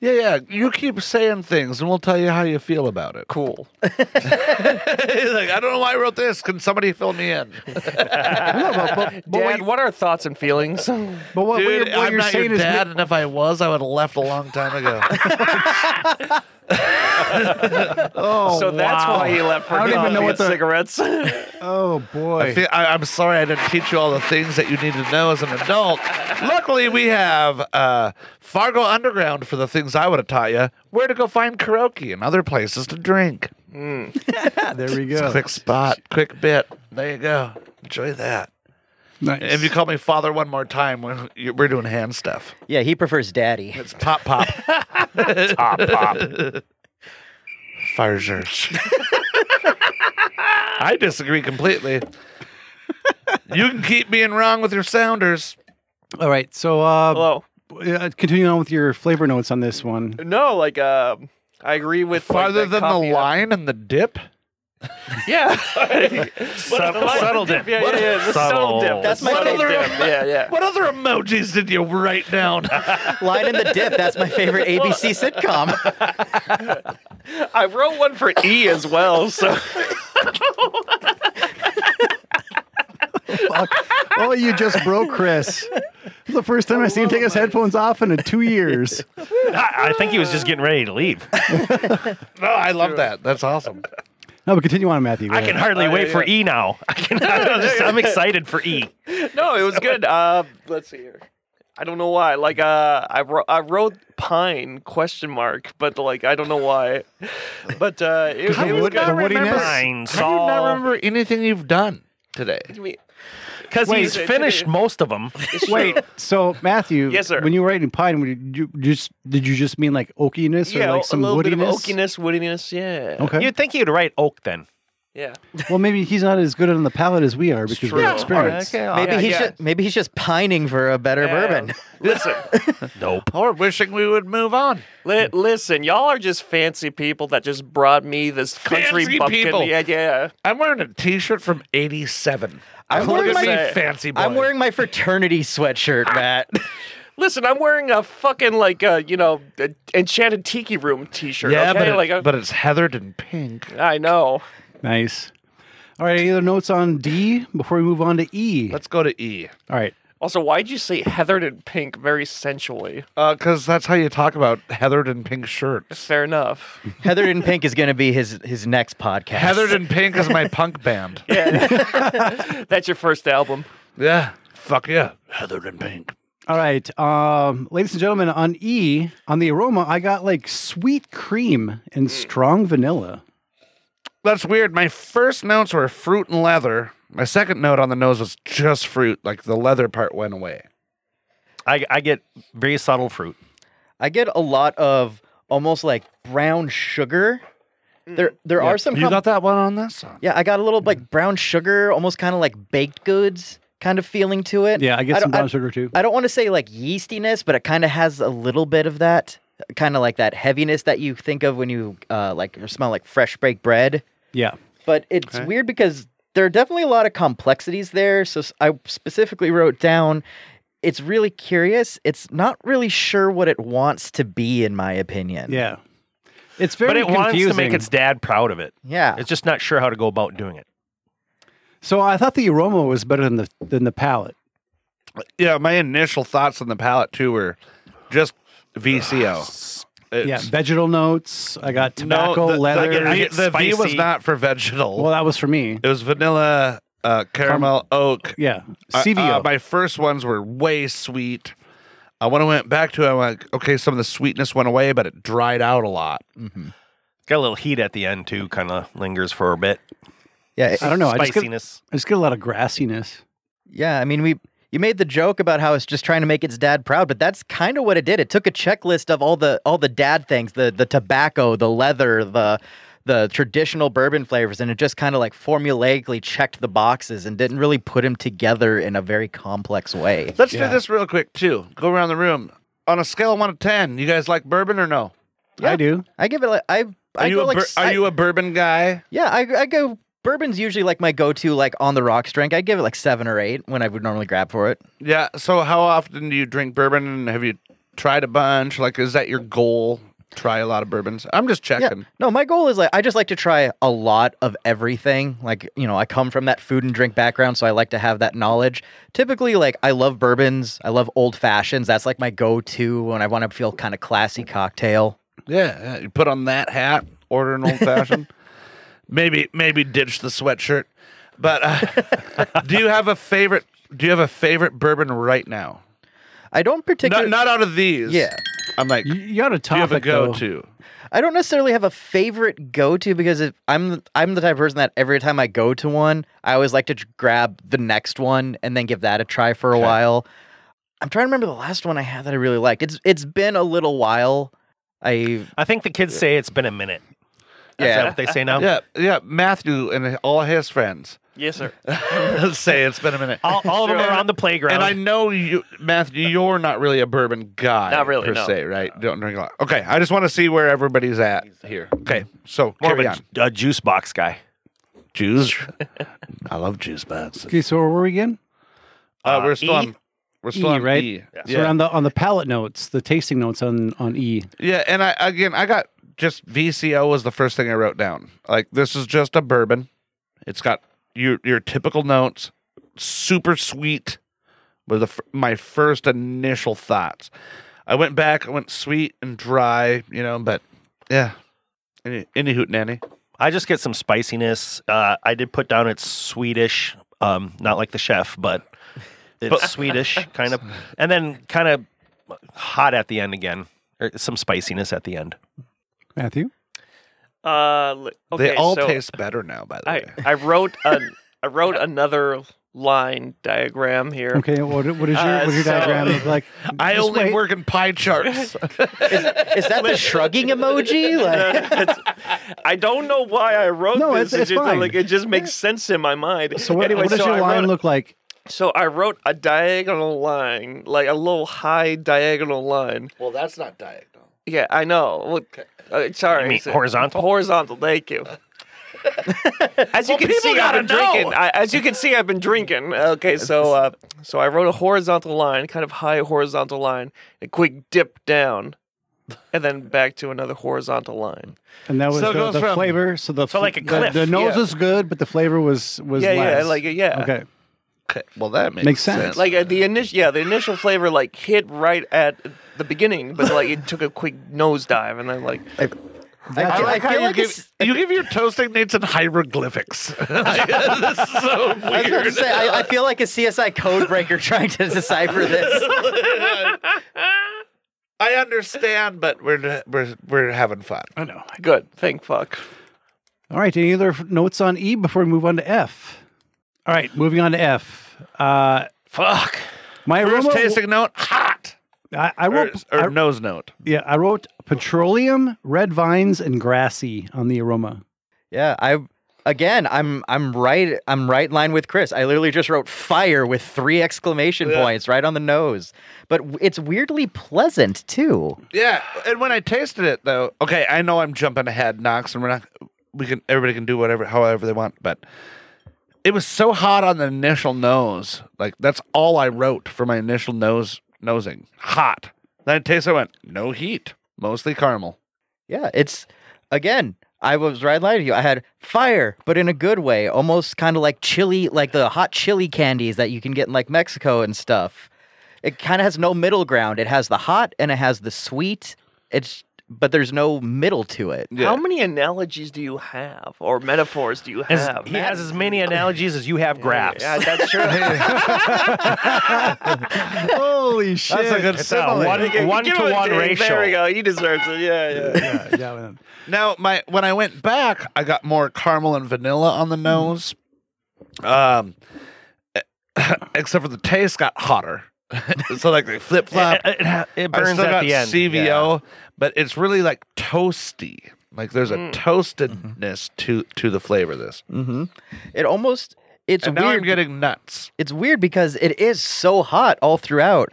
Speaker 2: Yeah, yeah. You keep saying things and we'll tell you how you feel about it.
Speaker 6: Cool.
Speaker 2: like, I don't know why I wrote this. Can somebody fill me in?
Speaker 4: No, but, but, Oh, but what,
Speaker 6: Dad,
Speaker 4: you-
Speaker 6: what are thoughts and feelings?
Speaker 4: but what,
Speaker 2: Dude,
Speaker 4: you're, what
Speaker 2: I'm
Speaker 4: you're
Speaker 2: not
Speaker 4: saying
Speaker 2: your
Speaker 4: is
Speaker 2: dad, and if I was, I would have left a long time ago. oh,
Speaker 6: so that's
Speaker 2: wow.
Speaker 6: why he left for
Speaker 4: I don't even
Speaker 6: coffee
Speaker 4: know what
Speaker 6: and
Speaker 4: the-
Speaker 6: cigarettes.
Speaker 4: oh
Speaker 2: I
Speaker 4: boy.
Speaker 2: feel, I, am sorry I didn't teach you all the things that you need to know as an adult. Luckily, we have uh, Fargo Underground for the things I would have taught you. Where to go find karaoke and other places to drink.
Speaker 4: there we
Speaker 2: It's a
Speaker 4: go.
Speaker 2: quick spot, quick bit. There you go. Enjoy that.
Speaker 4: Nice.
Speaker 2: If you call me father one more time, we're we're doing hand stuff.
Speaker 5: Yeah, he prefers daddy.
Speaker 2: It's pop pop. pop pop. Farzer. I disagree completely. You can keep being wrong with your sounders.
Speaker 4: All right, so uh,
Speaker 6: Hello.
Speaker 4: uh, continuing on with your flavor notes on this one.
Speaker 6: No, like um, I agree with like,
Speaker 2: Farther
Speaker 6: that
Speaker 2: than the
Speaker 6: coffee-
Speaker 2: line and the dip.
Speaker 6: Yeah.
Speaker 3: subtle dip.
Speaker 6: Yeah, yeah, yeah. The
Speaker 3: Subtle.
Speaker 6: subtle dip.
Speaker 5: That's
Speaker 6: The
Speaker 5: my
Speaker 6: subtle
Speaker 5: favorite.
Speaker 6: dip. Yeah, yeah.
Speaker 2: What other emojis did you write down?
Speaker 5: Line in the dip. That's my favorite ABC sitcom.
Speaker 6: I wrote one for E as well, so
Speaker 4: Oh, you just broke Chris. It's the first time I've seen him take his headphones off in uh, two years.
Speaker 3: I, I think he was just getting ready to leave.
Speaker 2: no, I love that. That's awesome.
Speaker 4: No, but continue on, Matthew.
Speaker 3: I can hardly wait for E now. I can, I'm, just- I'm excited for E.
Speaker 6: no, it was good. Uh, let's see here. I don't know why. Like uh, I wrote I wrote pine question mark, but like I don't know why. But uh, it,
Speaker 4: The
Speaker 6: it was
Speaker 4: wood- the
Speaker 6: good.
Speaker 4: woodiness?
Speaker 3: Pine,
Speaker 2: How do you not
Speaker 3: Saul.
Speaker 2: remember anything you've done today?
Speaker 3: Because
Speaker 6: Wait.
Speaker 3: he's finished most of them.
Speaker 4: Wait, so Matthew,
Speaker 6: Yes, sir.
Speaker 4: When you were writing pine, would you, you just did you just mean like oakiness or
Speaker 6: Yeah,
Speaker 4: like
Speaker 6: a
Speaker 4: some
Speaker 6: little
Speaker 4: woodiness?
Speaker 6: bit of oakiness, woodiness. Yeah.
Speaker 4: Okay.
Speaker 3: You'd think he'd write Oak then.
Speaker 6: Yeah.
Speaker 4: well, maybe he's not as good on the palate as we are because
Speaker 6: true.
Speaker 4: we're experienced.
Speaker 2: Okay,
Speaker 5: Maybe
Speaker 6: yeah,
Speaker 5: he's
Speaker 6: yeah.
Speaker 5: just maybe he's just pining for a better
Speaker 6: Yeah.
Speaker 5: bourbon.
Speaker 6: Listen,
Speaker 3: Nope.
Speaker 2: Or wishing we would move on.
Speaker 6: li- listen, y'all are just fancy people that just brought me this country
Speaker 2: Fancy
Speaker 6: bumpkin.
Speaker 2: people.
Speaker 6: Yeah, yeah.
Speaker 2: I'm wearing a T-shirt from '87.
Speaker 5: I'm
Speaker 2: Look
Speaker 5: wearing
Speaker 2: at
Speaker 5: my-
Speaker 2: me, fancy boy.
Speaker 5: I'm wearing my fraternity sweatshirt, Matt.
Speaker 6: Listen, I'm wearing a fucking like uh, you know a enchanted tiki room T-shirt.
Speaker 2: yeah,
Speaker 6: okay?
Speaker 2: but, it-
Speaker 6: like a-
Speaker 2: but it's heathered in pink.
Speaker 6: I know.
Speaker 4: Nice. All right, any other notes on D before we move on to E?
Speaker 2: Let's go to E.
Speaker 4: All right.
Speaker 6: Also, why'd you say heathered and pink very sensually?
Speaker 2: Because Uh, that's how you talk about heathered and pink shirts.
Speaker 6: Fair enough.
Speaker 5: Heathered in Pink is going to be his his next podcast.
Speaker 2: Heathered and pink is my punk band.
Speaker 6: Yeah. That's your first album.
Speaker 2: Yeah. Fuck yeah. Heathered and pink.
Speaker 4: All right, um, ladies and gentlemen, on E on the aroma, I got like sweet cream and strong vanilla.
Speaker 2: That's weird. My first notes were fruit and leather. My second note on the nose was just fruit. Like the leather part went away.
Speaker 3: I, I get very subtle fruit.
Speaker 5: I get a lot of almost like brown sugar. There there are some
Speaker 2: You
Speaker 5: com-
Speaker 2: got that one on this? song?
Speaker 5: Yeah, I got a little like brown sugar, almost kind of like baked goods kind of feeling to it.
Speaker 4: Yeah, I get
Speaker 5: I
Speaker 4: some
Speaker 5: don't- I-
Speaker 4: brown sugar too.
Speaker 5: I don't want to say like yeastiness, but it kind of has a little bit of that, kind of like that heaviness that you think of when you uh, like smell like fresh baked bread.
Speaker 4: yeah,
Speaker 5: But it's weird because there are definitely a lot of complexities there. So s- I specifically wrote down. It's really curious. It's not really sure what it wants to be, in my opinion.
Speaker 4: yeah. It's very
Speaker 3: but it
Speaker 4: confusing.
Speaker 3: wants to make its dad proud of it.
Speaker 5: Yeah.
Speaker 3: It's just not sure how to go about doing it.
Speaker 4: so I thought the aroma was better than the than the palate.
Speaker 2: Yeah. My initial thoughts on the palate too were just VCO. It's-
Speaker 4: Yeah, vegetal notes. I got
Speaker 2: No,
Speaker 4: tobacco,
Speaker 2: the- the-
Speaker 4: leather.
Speaker 2: The,
Speaker 3: get
Speaker 2: the V was
Speaker 3: spicy.
Speaker 2: not for vegetal.
Speaker 4: well, that was for me.
Speaker 2: it was vanilla, uh, caramel, oak,
Speaker 4: Yeah,
Speaker 2: I-
Speaker 4: CVO.
Speaker 2: uh, my first ones were way sweet. Uh, when I went back to it, I'm like, okay, some of the sweetness went away, but it dried out a lot.
Speaker 3: Got a little heat at the end too, kind of lingers for a bit.
Speaker 5: yeah. it-
Speaker 4: I don't know. I just, get,
Speaker 3: Spiciness.
Speaker 4: I just get a lot of grassiness.
Speaker 5: Yeah, I mean, we you made the joke about how it's just trying to make its dad proud, but that's kind of what it did. It took a checklist of all the all the dad things, the the tobacco, the leather, the the traditional bourbon flavors, and it just kind of like formulaically checked the boxes and didn't really put them together in a very complex way.
Speaker 2: Let's
Speaker 4: Yeah.
Speaker 2: do this real quick, too. Go around the room. On a scale of 1 to 10, you guys like bourbon or no?
Speaker 4: I do.
Speaker 5: I give it like I
Speaker 2: Are,
Speaker 5: I
Speaker 2: you
Speaker 5: go
Speaker 2: a,
Speaker 5: like
Speaker 2: bur-
Speaker 5: s-
Speaker 2: are
Speaker 5: I-
Speaker 2: you a bourbon guy?
Speaker 5: yeah I I go bourbon's usually like my go to like on the rocks drink. I give it like seven or eight when I would normally grab for it.
Speaker 2: Yeah. So, how often do you drink bourbon and have you tried a bunch? Like, is that your goal? Try a lot of bourbons? I'm just
Speaker 5: Yeah.
Speaker 2: checking.
Speaker 5: No, my goal is like I just like to try a lot of everything. Like, you know, I come from that food and drink background, so I like to have that knowledge. Typically, like I love bourbons, I love old fashions. That's like my go-to when I want to feel kind of classy cocktail.
Speaker 2: Yeah, yeah, you put on that hat, order an old fashioned. maybe maybe ditch the sweatshirt. But uh, do you have a favorite? Do you have a favorite bourbon right now?
Speaker 5: I don't
Speaker 2: Not,
Speaker 5: particularly
Speaker 2: not out of these.
Speaker 5: Yeah.
Speaker 2: I'm like,
Speaker 4: You,
Speaker 2: do
Speaker 4: you got a
Speaker 2: you have a
Speaker 4: topic
Speaker 2: go
Speaker 4: though.
Speaker 2: to?
Speaker 5: I don't necessarily have a favorite go-to because if I'm the, I'm the type of person that every time I go to one, I always like to j- grab the next one and then give that a try for a while. I'm trying to remember the last one I had that I really liked. It's it's been a little while. I
Speaker 3: I think the kids say it's been a minute. Is that what they say now?
Speaker 2: Yeah, yeah. Matthew and all his friends
Speaker 6: Yes, sir.
Speaker 2: say it's been a minute.
Speaker 3: All, all of them are on the playground.
Speaker 2: And I know you, Matthew. You're not really a bourbon guy,
Speaker 6: Not really,
Speaker 2: per
Speaker 6: no.
Speaker 2: se, right? Don't drink a lot. Okay, I just want to see where everybody's at here. Okay, so
Speaker 3: More of
Speaker 2: carry
Speaker 3: a,
Speaker 2: on.
Speaker 3: ju- a juice box guy.
Speaker 2: Juice. I love juice boxes.
Speaker 4: Okay, so where were we again?
Speaker 2: Uh,
Speaker 3: Uh,
Speaker 2: we're still
Speaker 3: E?
Speaker 2: on. We're still
Speaker 4: E,
Speaker 2: on
Speaker 4: right?
Speaker 2: E. Yeah.
Speaker 4: So on the on the palate notes, the tasting notes on on E.
Speaker 2: Yeah, and I again, I got just VCO was the first thing I wrote down. Like this is just a bourbon. It's got your your typical notes, super sweet. Were the f- my first initial thoughts. I went back. I went sweet and dry, you know. But yeah, any any hoot nanny.
Speaker 3: I just get some spiciness. Uh, I did put down it's Swedish, um, not like the chef, but it's Swedish kind of, and then kind of hot at the end again, or some spiciness at the end.
Speaker 4: Matthew,
Speaker 6: Uh, li- okay,
Speaker 2: they all
Speaker 6: so
Speaker 2: taste better now, by the
Speaker 6: I,
Speaker 2: way.
Speaker 6: I wrote a, I wrote another line diagram here.
Speaker 4: okay, what, what is your
Speaker 6: Uh,
Speaker 4: what does your
Speaker 6: so-
Speaker 4: diagram look like?
Speaker 2: I
Speaker 4: Just
Speaker 2: only
Speaker 4: wait.
Speaker 2: work in pie charts.
Speaker 5: Is that the shrugging emoji? Like,
Speaker 6: I don't know why I wrote
Speaker 4: No,
Speaker 6: this.
Speaker 4: it's- it's
Speaker 6: just,
Speaker 4: fine.
Speaker 6: like it just makes sense in my mind.
Speaker 4: So what,
Speaker 6: Anyway,
Speaker 4: what does
Speaker 6: so
Speaker 4: your
Speaker 6: I
Speaker 4: line
Speaker 6: wrote-
Speaker 4: look like?
Speaker 6: So I wrote a diagonal line, like a little high diagonal line.
Speaker 2: well, that's not diagonal.
Speaker 6: Yeah, I know. Well, uh, sorry,
Speaker 3: mean
Speaker 6: it's, uh,
Speaker 3: horizontal?
Speaker 6: Horizontal. Thank you. as you can see, I've been drinking. I, as you can see, I've been drinking. Okay, so uh, so I wrote a horizontal line, kind of high horizontal line, a quick dip down, and then back to another horizontal line.
Speaker 4: And that was
Speaker 2: So it
Speaker 4: the,
Speaker 2: goes
Speaker 4: the
Speaker 2: from-
Speaker 4: flavor. So the fl-
Speaker 3: so like a
Speaker 4: the-
Speaker 3: cliff,
Speaker 4: The, nose
Speaker 6: yeah.
Speaker 4: is good, but the flavor was was
Speaker 6: yeah,
Speaker 4: less.
Speaker 6: yeah, like yeah.
Speaker 4: okay.
Speaker 2: okay, well that makes,
Speaker 4: Makes sense.
Speaker 6: Like uh, the initial, yeah, the initial flavor like hit right at the beginning, but like it took a quick nosedive, and then like
Speaker 2: I like how
Speaker 5: feel
Speaker 2: you
Speaker 5: like
Speaker 2: give
Speaker 5: it's-
Speaker 2: you give your toasting needs in hieroglyphics. That's so
Speaker 5: I was about to
Speaker 2: weird.
Speaker 5: say, I, I feel like a CSI code breaker trying to decipher this.
Speaker 2: I understand, but we're we're we're having fun.
Speaker 4: I know.
Speaker 6: good. Thank fuck.
Speaker 4: All right. Any other f- notes on E before we move on to F? All right. Moving on to F. Uh,
Speaker 2: Fuck.
Speaker 4: my
Speaker 2: First
Speaker 4: aroma,
Speaker 2: tasting note, hot.
Speaker 4: I, I
Speaker 2: Or,
Speaker 4: wrote.
Speaker 2: or
Speaker 4: I-
Speaker 2: nose note.
Speaker 4: yeah, I wrote petroleum, red vines, and grassy on the aroma.
Speaker 5: Yeah, I again, I'm I'm right I'm right in line with Chris. I literally just wrote fire with three exclamation points right on the nose. But w- it's weirdly pleasant too.
Speaker 2: Yeah, and when I tasted it though, okay, I know I'm jumping ahead, Knox, and we're not. We can everybody can do whatever, however they want, but it was so hot on the initial nose. Like that's all I wrote for my initial nose nosing. Hot. Then I tasted. I went no heat, mostly caramel.
Speaker 5: Yeah, it's again. I was right lying to you. I had fire, but in a good way, almost kind of like chili, like the hot chili candies that you can get in like Mexico and stuff. It kind of has no middle ground. It has the hot and it has the sweet. It's but there's no middle to it.
Speaker 6: How many analogies do you have, or metaphors do you
Speaker 3: As-
Speaker 6: have?
Speaker 3: he
Speaker 6: Matt?
Speaker 3: has as many analogies as you have graphs.
Speaker 6: Yeah, that's true.
Speaker 4: Holy shit!
Speaker 2: That's a good
Speaker 3: It's a
Speaker 2: simile.
Speaker 3: one, one
Speaker 6: Give
Speaker 3: to
Speaker 6: him a
Speaker 3: one
Speaker 6: ding. There we
Speaker 3: ratio.
Speaker 6: go. He deserves it. Yeah, yeah. yeah.
Speaker 4: yeah, yeah.
Speaker 2: Now, my when I went back, I got more caramel and vanilla on the nose. Um, except for the taste got hotter. so like they flip flop.
Speaker 3: It, it, ha- it
Speaker 2: I
Speaker 3: burns
Speaker 2: still
Speaker 3: at
Speaker 2: got
Speaker 3: the end.
Speaker 2: CVO, but it's really like toasty. Like there's a
Speaker 3: Mm.
Speaker 2: toastedness to to the flavor. of This
Speaker 5: Mm-hmm. It almost it's
Speaker 2: and now
Speaker 5: weird.
Speaker 2: I'm getting nuts.
Speaker 5: it's weird because it is so hot all throughout,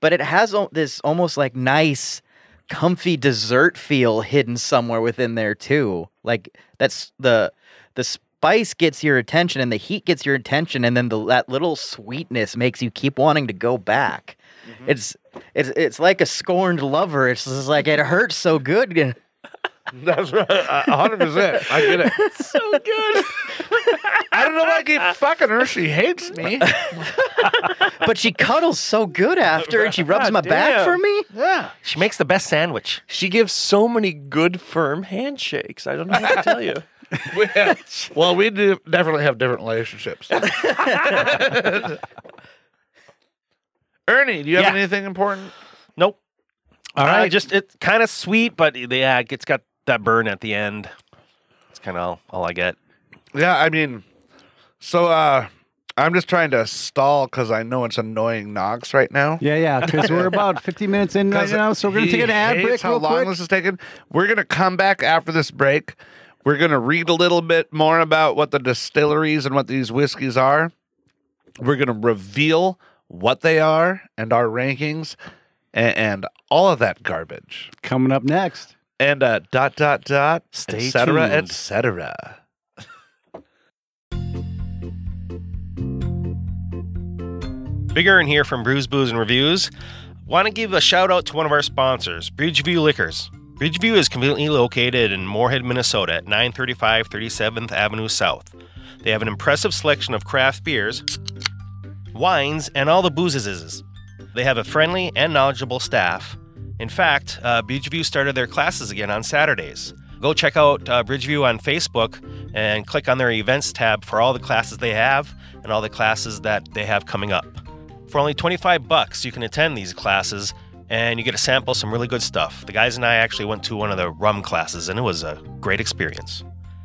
Speaker 5: but it has al- this almost like nice, comfy dessert feel hidden somewhere within there too. Like that's the the spice gets your attention and the heat gets your attention, and then the, that little sweetness makes you keep wanting to go back. It's it's it's like a scorned lover. It's just like it hurts so good.
Speaker 2: That's right, a hundred percent. I get it. so good. I don't know why I keep fucking her. She hates me.
Speaker 5: But she cuddles so good after, and she rubs my back
Speaker 6: damn.
Speaker 5: for me.
Speaker 2: Yeah.
Speaker 3: She makes the best sandwich.
Speaker 6: She gives so many good, firm handshakes. I don't know what to tell you.
Speaker 2: We- well, we do definitely have different relationships. Ernie, do you have
Speaker 3: Yeah.
Speaker 2: anything important?
Speaker 3: Nope.
Speaker 4: All
Speaker 3: Uh,
Speaker 4: right.
Speaker 3: just it's kind of sweet, but yeah, it's got that burn at the end. It's kind of all, all I get.
Speaker 2: Yeah, I mean, so uh I'm just trying to stall because I know it's annoying Knox right now.
Speaker 4: yeah, yeah. Because we're about 50 minutes in right
Speaker 2: 'Cause
Speaker 4: now, so we're gonna
Speaker 2: he
Speaker 4: take an ad
Speaker 2: hates
Speaker 4: break
Speaker 2: How
Speaker 4: real
Speaker 2: long
Speaker 4: quick.
Speaker 2: this is taking? We're gonna come back after this break. We're gonna read a little bit more about what the distilleries and what these whiskeys are. We're gonna reveal what they are and our rankings and, and all of that garbage.
Speaker 4: Coming up next.
Speaker 2: And uh, dot dot dot,
Speaker 3: Stay
Speaker 2: etc.
Speaker 3: tuned.
Speaker 2: etc.
Speaker 3: Bigger in here from Brews, Booze, and Reviews. Want to give a shout out to one of our sponsors, Bridgeview Liquors. Bridgeview is conveniently located in Moorhead, Minnesota at 935 37th Avenue South. They have an impressive selection of craft beers, wines, and all the boozes. They have a friendly and knowledgeable staff. In fact, uh, Bridgeview started their classes again on Saturdays. Go check out uh, Bridgeview on Facebook and click on their events tab for all the classes they have and all the classes that they have coming up. For only 25 bucks, you can attend these classes and you get to sample some really good stuff. The guys and I actually went to one of the rum classes and it was a great experience.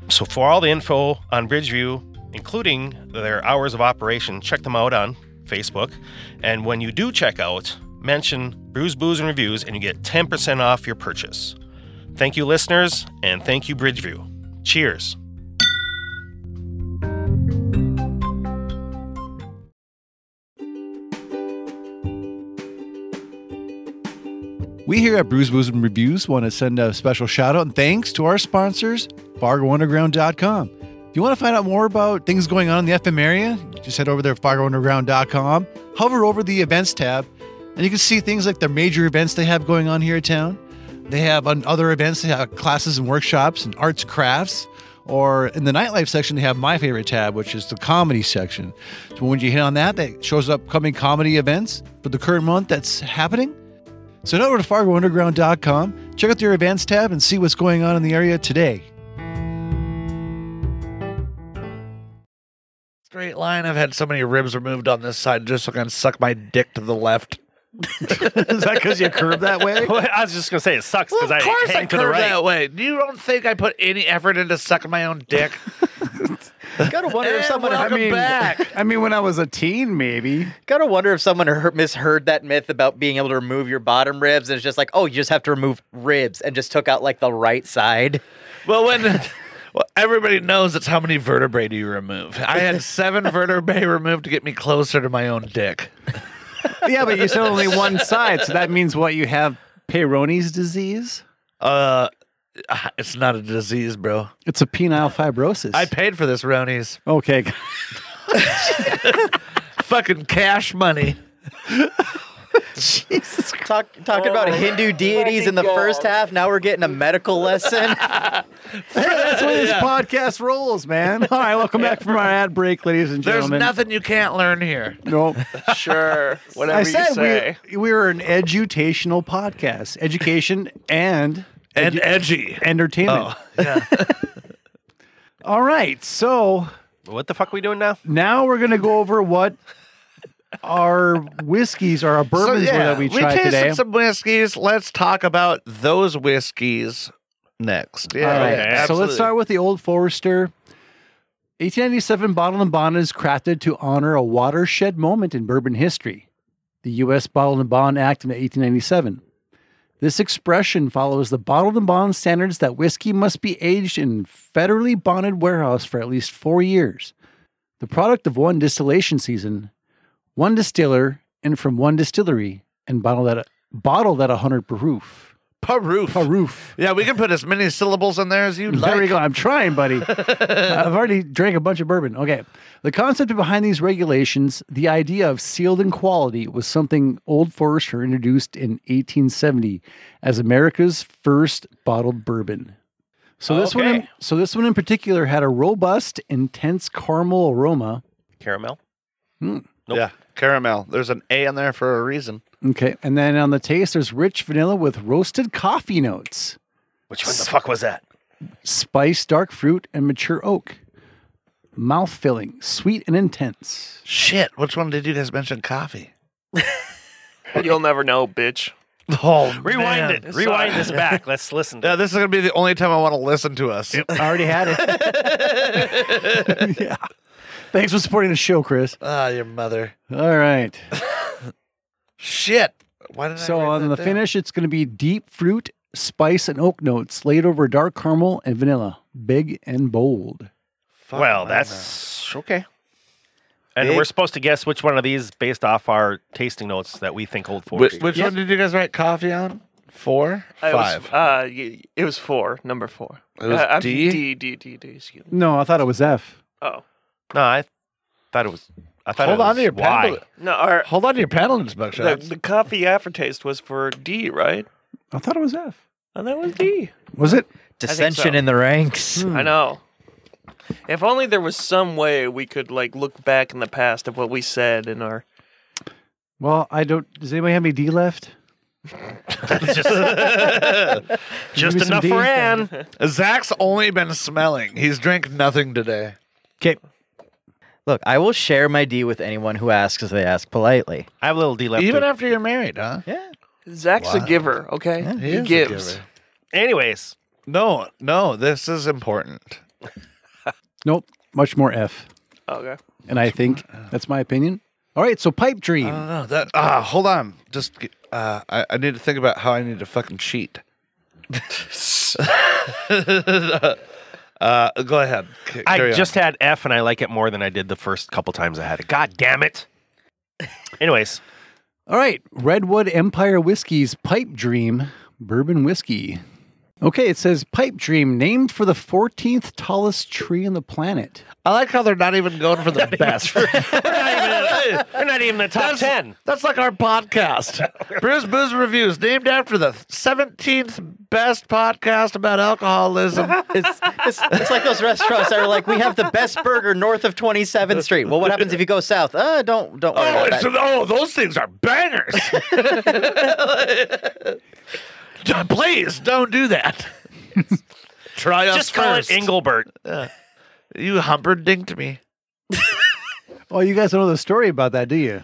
Speaker 3: So for all the info on Bridgeview, including their hours of operation, check them out on Facebook. And when you do check out, mention Brews, Booze, and Reviews and you get 10% off your purchase. Thank you, listeners, and thank you, Bridgeview. Cheers.
Speaker 7: We here at Brews, Booze, and Reviews want to send a special shout out and thanks to our sponsors, BargoUnderground.com. If you want to find out more about things going on in the FM area, just head over there to BargoUnderground.com, hover over the events tab, and you can see things like the major events they have going on here in town. They have on other events, they have classes and workshops and arts crafts, Or in the nightlife section, they have my favorite tab, which is the comedy section. So when you hit on that, that shows upcoming comedy events for the current month that's happening. So head over to FargoUnderground.com, check out their events tab, and see what's going on in the area today.
Speaker 2: Straight line. I've had so many ribs removed on this side just so I can suck my dick to the left.
Speaker 7: Is that because you curve that way?
Speaker 3: I was just gonna say it sucks
Speaker 2: Well,
Speaker 3: because
Speaker 2: of course
Speaker 3: I hang
Speaker 2: I
Speaker 3: to the
Speaker 2: curve
Speaker 3: right.
Speaker 2: that way. You don't think I put any effort into sucking my own dick?
Speaker 5: Gotta wonder if
Speaker 2: Eh,
Speaker 5: someone.
Speaker 2: well-
Speaker 5: I mean,
Speaker 2: Welcome back.
Speaker 4: I mean, when I was a teen, maybe.
Speaker 5: gotta wonder if someone heard, misheard that myth about being able to remove your bottom ribs, and it's just like, oh, you just have to remove ribs, and just took out like the right side.
Speaker 2: well, when well, everybody knows it's how many vertebrae do you remove. I had seven vertebrae removed to get me closer to my own dick.
Speaker 4: Yeah, but you said only one side, so that means what you have Peyronie's disease.
Speaker 2: Uh, it's not a disease, bro.
Speaker 4: It's a penile fibrosis.
Speaker 2: I paid for this, Ronies.
Speaker 4: okay.
Speaker 2: Fucking cash money.
Speaker 5: Talk, talking
Speaker 2: Oh.
Speaker 5: about Hindu deities in the first half. Now we're getting a medical lesson.
Speaker 4: That's why this podcast rolls, man. All right, welcome back from our ad break, ladies and
Speaker 2: There's
Speaker 4: gentlemen.
Speaker 2: nothing you can't learn here.
Speaker 4: Nope.
Speaker 6: Sure, whatever
Speaker 4: I
Speaker 6: you
Speaker 4: said
Speaker 6: say.
Speaker 4: we, we were an edutational podcast, education and
Speaker 2: And edgy.
Speaker 4: entertainment.
Speaker 2: Oh, yeah.
Speaker 4: All right, so
Speaker 3: What the fuck are we doing now?
Speaker 4: now we're gonna go over what our whiskeys or our bourbons were that we tried
Speaker 2: tasted
Speaker 4: today.
Speaker 2: some whiskeys. Let's talk about those whiskeys next. Yeah,
Speaker 4: All right.
Speaker 2: okay,
Speaker 4: so let's
Speaker 2: absolutely.
Speaker 4: start with the Old Forester. 1897 Bottled and Bond is crafted to honor a watershed moment in bourbon history, the U.S. Bottled and Bond Act of 1897. This expression follows the Bottled and Bond standards that whiskey must be aged in federally bonded warehouse for at least four years, the product of one distillation season, one distiller, and from one distillery, and bottled at bottled at 100 proof.
Speaker 2: Paroof.
Speaker 4: Proof.
Speaker 2: Yeah, we can put as many syllables in there as you
Speaker 4: There we
Speaker 2: like.
Speaker 4: go. I'm trying, buddy. I've already drank a bunch of bourbon. Okay. The concept behind these regulations, the idea of sealed in quality, was something Old Forester introduced in 1870 as America's first bottled bourbon. So this one, in,
Speaker 2: Okay.
Speaker 4: so this one in particular, had a robust, intense caramel aroma.
Speaker 3: Caramel.
Speaker 2: Yeah, caramel. There's an A in there for a reason.
Speaker 4: Okay, and then on the taste, there's rich vanilla with roasted coffee notes.
Speaker 3: Which one the fuck was that?
Speaker 4: spice, dark fruit, and mature oak. Mouth filling, sweet and intense.
Speaker 2: Shit, which one did you guys mention? Coffee.
Speaker 6: You'll never know, bitch.
Speaker 2: Oh,
Speaker 3: Rewind
Speaker 2: man.
Speaker 3: it. Rewind this back. Let's listen. To
Speaker 2: Yeah, this is gonna be the only time I want to listen to us.
Speaker 4: I already had it. yeah. Thanks for supporting the show, Chris.
Speaker 2: Ah, your mother.
Speaker 4: All right.
Speaker 2: Shit. Why did
Speaker 4: So
Speaker 2: I? write
Speaker 4: on
Speaker 2: that
Speaker 4: the
Speaker 2: down?
Speaker 4: finish, it's going to be deep fruit, spice, and oak notes laid over dark caramel and vanilla, big and bold.
Speaker 2: Fuck
Speaker 3: well,
Speaker 2: my mouth.
Speaker 3: that's
Speaker 2: okay.
Speaker 3: and
Speaker 2: Big-
Speaker 3: we're supposed to guess which one of these based off our tasting notes that we think Old Forester.
Speaker 2: Which, which one did you guys write coffee on? Four,
Speaker 6: I
Speaker 2: five.
Speaker 6: Was, uh, y- it was four. Number four.
Speaker 2: It was
Speaker 6: uh, I'm-
Speaker 2: D?
Speaker 6: D D D D. Excuse me.
Speaker 4: No, I thought it was F.
Speaker 6: Oh
Speaker 3: No, I thought it was. I thought
Speaker 2: Hold
Speaker 3: it was
Speaker 2: on to your
Speaker 3: Y.
Speaker 2: paddle.
Speaker 6: no, our
Speaker 2: Hold on to your paddle in this
Speaker 6: the,
Speaker 2: buckshot.
Speaker 6: the coffee aftertaste was for D, right?
Speaker 4: I thought it was F.
Speaker 6: And that was D.
Speaker 4: Was it?
Speaker 5: Dissension
Speaker 6: so.
Speaker 5: in the ranks.
Speaker 6: I know. If only there was some way we could like look back in the past of what we said in our.
Speaker 4: Well, I don't. Does anybody have any D left?
Speaker 3: Just
Speaker 4: Give me some
Speaker 3: enough for
Speaker 4: D.
Speaker 3: Anne.
Speaker 2: Zach's only been smelling. He's drank nothing today.
Speaker 4: Okay.
Speaker 5: Look, I will share my D with anyone who asks, as they ask politely.
Speaker 3: I have a little D left.
Speaker 2: Even
Speaker 3: too.
Speaker 2: after you're married, huh?
Speaker 5: Yeah.
Speaker 6: Zach's a giver, okay?
Speaker 2: He
Speaker 6: he
Speaker 2: is a
Speaker 6: gives.
Speaker 2: giver.
Speaker 3: Anyways,
Speaker 2: No, no, this is important.
Speaker 4: Nope. Much more F.
Speaker 6: okay.
Speaker 4: And I think that's my opinion. All right. So pipe dream.
Speaker 2: I don't know that. Ah, hold on. Just, g- uh, I, I need to think about how I need to fucking cheat. uh, go ahead. C-
Speaker 3: I
Speaker 2: carry on.
Speaker 3: just had F, and I like it more than I did the first couple times I had it. God damn it. Anyways,
Speaker 4: All right, Redwood Empire Whiskey's Pipe Dream Bourbon Whiskey. Okay, it says Pipe Dream, named for the 14th tallest tree on the planet.
Speaker 2: I like how they're not even going for the best. We're not even at
Speaker 3: We're not even the top
Speaker 2: That's-
Speaker 3: ten.
Speaker 2: That's like our podcast. Bruce Booze Reviews, named after the 17th best podcast about alcoholism. Oh,
Speaker 5: It's, it's, it's like those restaurants that are like, we have the best burger north of 27th Street. Well, what happens if you go south? Uh, don't don't worry
Speaker 2: Oh,
Speaker 5: about
Speaker 2: it's,
Speaker 5: that.
Speaker 2: oh, those things are bangers. D- Please don't do that. Try us
Speaker 3: Just call it
Speaker 2: first.
Speaker 3: Engelbert.
Speaker 2: You humperdinked me.
Speaker 4: Oh, you guys don't know the story about that, do you?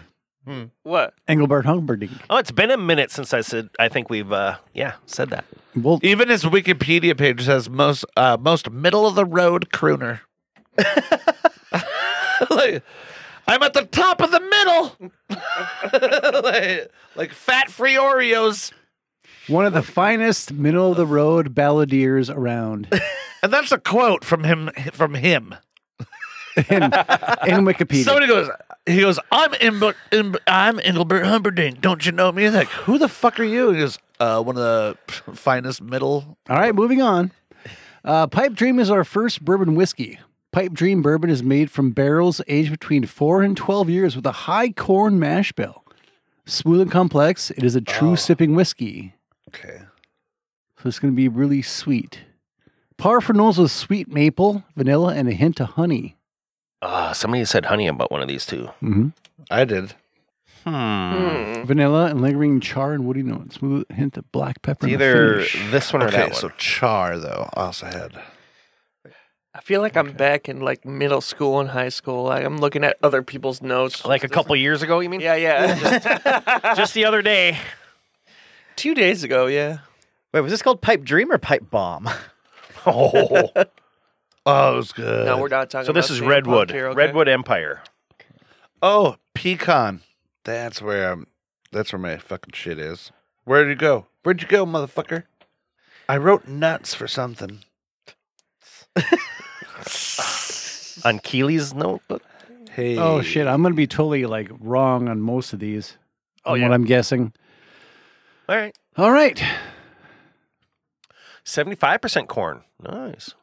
Speaker 6: What?
Speaker 4: Engelbert Humperdinck.
Speaker 3: Oh, it's been a minute since I said. I think we've uh, yeah said that.
Speaker 4: Well,
Speaker 2: Even his Wikipedia page says most uh, most middle of the road crooner. Like, I'm at the top of the middle, like, like fat free Oreos,
Speaker 4: one of the finest middle of the road balladeers around
Speaker 2: and that's a quote from him. From him.
Speaker 4: in, in Wikipedia.
Speaker 2: Somebody goes, he goes, I'm Im- Im- I'm Engelbert Humperdinck. Don't you know me? Like, who the fuck are you? He goes, uh, one of the finest middle.
Speaker 4: All right, moving on. Uh, Pipe Dream is our first bourbon whiskey. Pipe Dream bourbon is made from barrels aged between 4 and 12 years with a high corn mash bill. Smooth and complex, it is a true
Speaker 3: Oh.
Speaker 4: sipping whiskey.
Speaker 2: Okay.
Speaker 4: So it's going to be really sweet. Par for nose with sweet maple, vanilla, and a hint of honey.
Speaker 3: Uh, somebody said honey about one of these two.
Speaker 4: Mm-hmm.
Speaker 2: I did.
Speaker 3: Hmm.
Speaker 4: Vanilla and lingering char and woody notes. Smooth hint of black pepper.
Speaker 3: It's
Speaker 4: and a
Speaker 3: either
Speaker 4: finish.
Speaker 3: this one or
Speaker 2: Okay,
Speaker 3: that
Speaker 2: so
Speaker 3: one.
Speaker 2: Char though also had.
Speaker 6: I feel like I'm back in like middle school and high school. Like I'm looking at other people's notes.
Speaker 3: Like a couple years ago, you mean?
Speaker 6: Yeah, yeah. Just
Speaker 3: Just the other day.
Speaker 6: two days ago, yeah.
Speaker 5: Wait, was this called Pipe Dream or Pipe Bomb?
Speaker 3: Oh.
Speaker 2: Oh, it was good.
Speaker 6: No, we're not talking.
Speaker 3: so this
Speaker 6: about
Speaker 3: is
Speaker 6: steampunk
Speaker 3: Redwood.
Speaker 6: here, okay?
Speaker 3: Redwood Empire.
Speaker 2: Oh, pecan. That's where um that's where my fucking shit is. Where'd you go? Where'd you go, motherfucker? I wrote nuts for something.
Speaker 3: On Keeley's notebook.
Speaker 2: Hey.
Speaker 4: Oh, shit. I'm going to be totally like wrong on most of these.
Speaker 3: Oh,
Speaker 4: on
Speaker 3: yeah.
Speaker 4: What I'm guessing.
Speaker 3: All right.
Speaker 4: All right.
Speaker 3: 75% corn. Nice.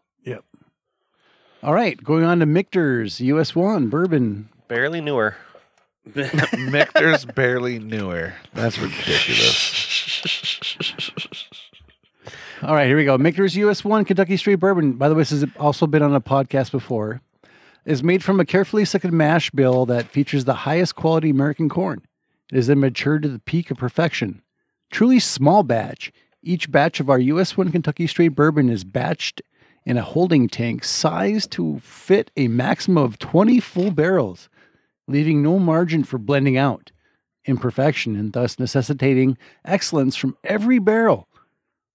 Speaker 4: All right, going on to Michter's US One Bourbon.
Speaker 3: Barely newer.
Speaker 2: Mictor's barely newer. That's ridiculous.
Speaker 4: All right, here we go. Michter's US One Kentucky Straight Bourbon. By the way, this has also been on a podcast before. Is made from a carefully seconded mash bill that features the highest quality American corn. It is then matured to the peak of perfection. Truly small batch. Each batch of our US One Kentucky Straight Bourbon is batched in a holding tank sized to fit a maximum of 20 full barrels, leaving no margin for blending out. imperfection and thus necessitating excellence from every barrel.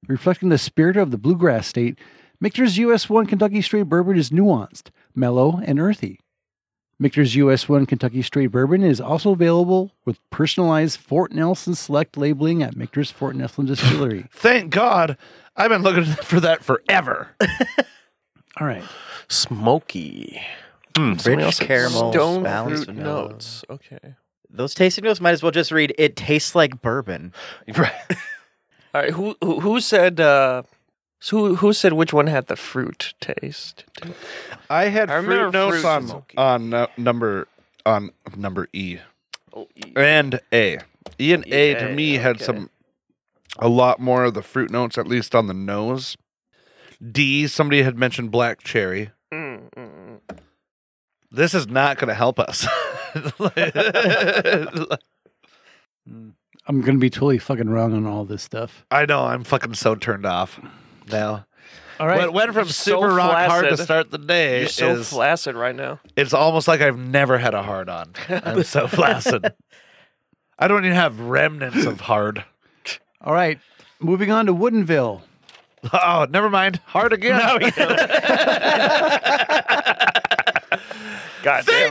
Speaker 4: Reflecting the spirit of the bluegrass state, Michter's US 1 Kentucky Straight Bourbon is nuanced, mellow, and earthy. Michter's US 1 Kentucky Straight Bourbon is also available with personalized Fort Nelson Select labeling at Michter's Fort Nelson Distillery.
Speaker 2: Thank God. I've been looking for that forever.
Speaker 4: All right.
Speaker 3: Smoky. Hmm.
Speaker 5: Rich caramel,
Speaker 6: Stone
Speaker 5: balanced
Speaker 6: fruit
Speaker 5: vanilla.
Speaker 6: notes. Okay.
Speaker 5: Those tasting notes might as well just read, it tastes like bourbon.
Speaker 6: All right. Who who, who said? uh so who who said which one had the fruit taste?
Speaker 2: I had
Speaker 6: I remember
Speaker 2: fruit notes
Speaker 6: fruit
Speaker 2: on
Speaker 6: smoking.
Speaker 2: on uh, number on number E
Speaker 6: Oh, e-
Speaker 2: and A. E and A to
Speaker 6: Yeah,
Speaker 2: me had
Speaker 6: okay.
Speaker 2: some a lot more of the fruit notes, at least on the nose. D, somebody had mentioned black cherry.
Speaker 6: mm, mm, mm.
Speaker 2: This is not going to help us.
Speaker 4: I'm going to be totally fucking wrong on all this stuff.
Speaker 2: I know I'm fucking so turned off now.
Speaker 4: All
Speaker 2: What
Speaker 4: right.
Speaker 2: went from
Speaker 6: You're so
Speaker 2: super rock hard to
Speaker 6: flaccid.
Speaker 2: start the day
Speaker 6: You're so
Speaker 2: is
Speaker 6: flaccid right now.
Speaker 2: it's almost like I've never had a hard on. I'm so flaccid. I don't even have remnants of hard.
Speaker 4: All right. Moving on to Woodenville.
Speaker 2: Oh, never mind. Hard again.
Speaker 6: God damn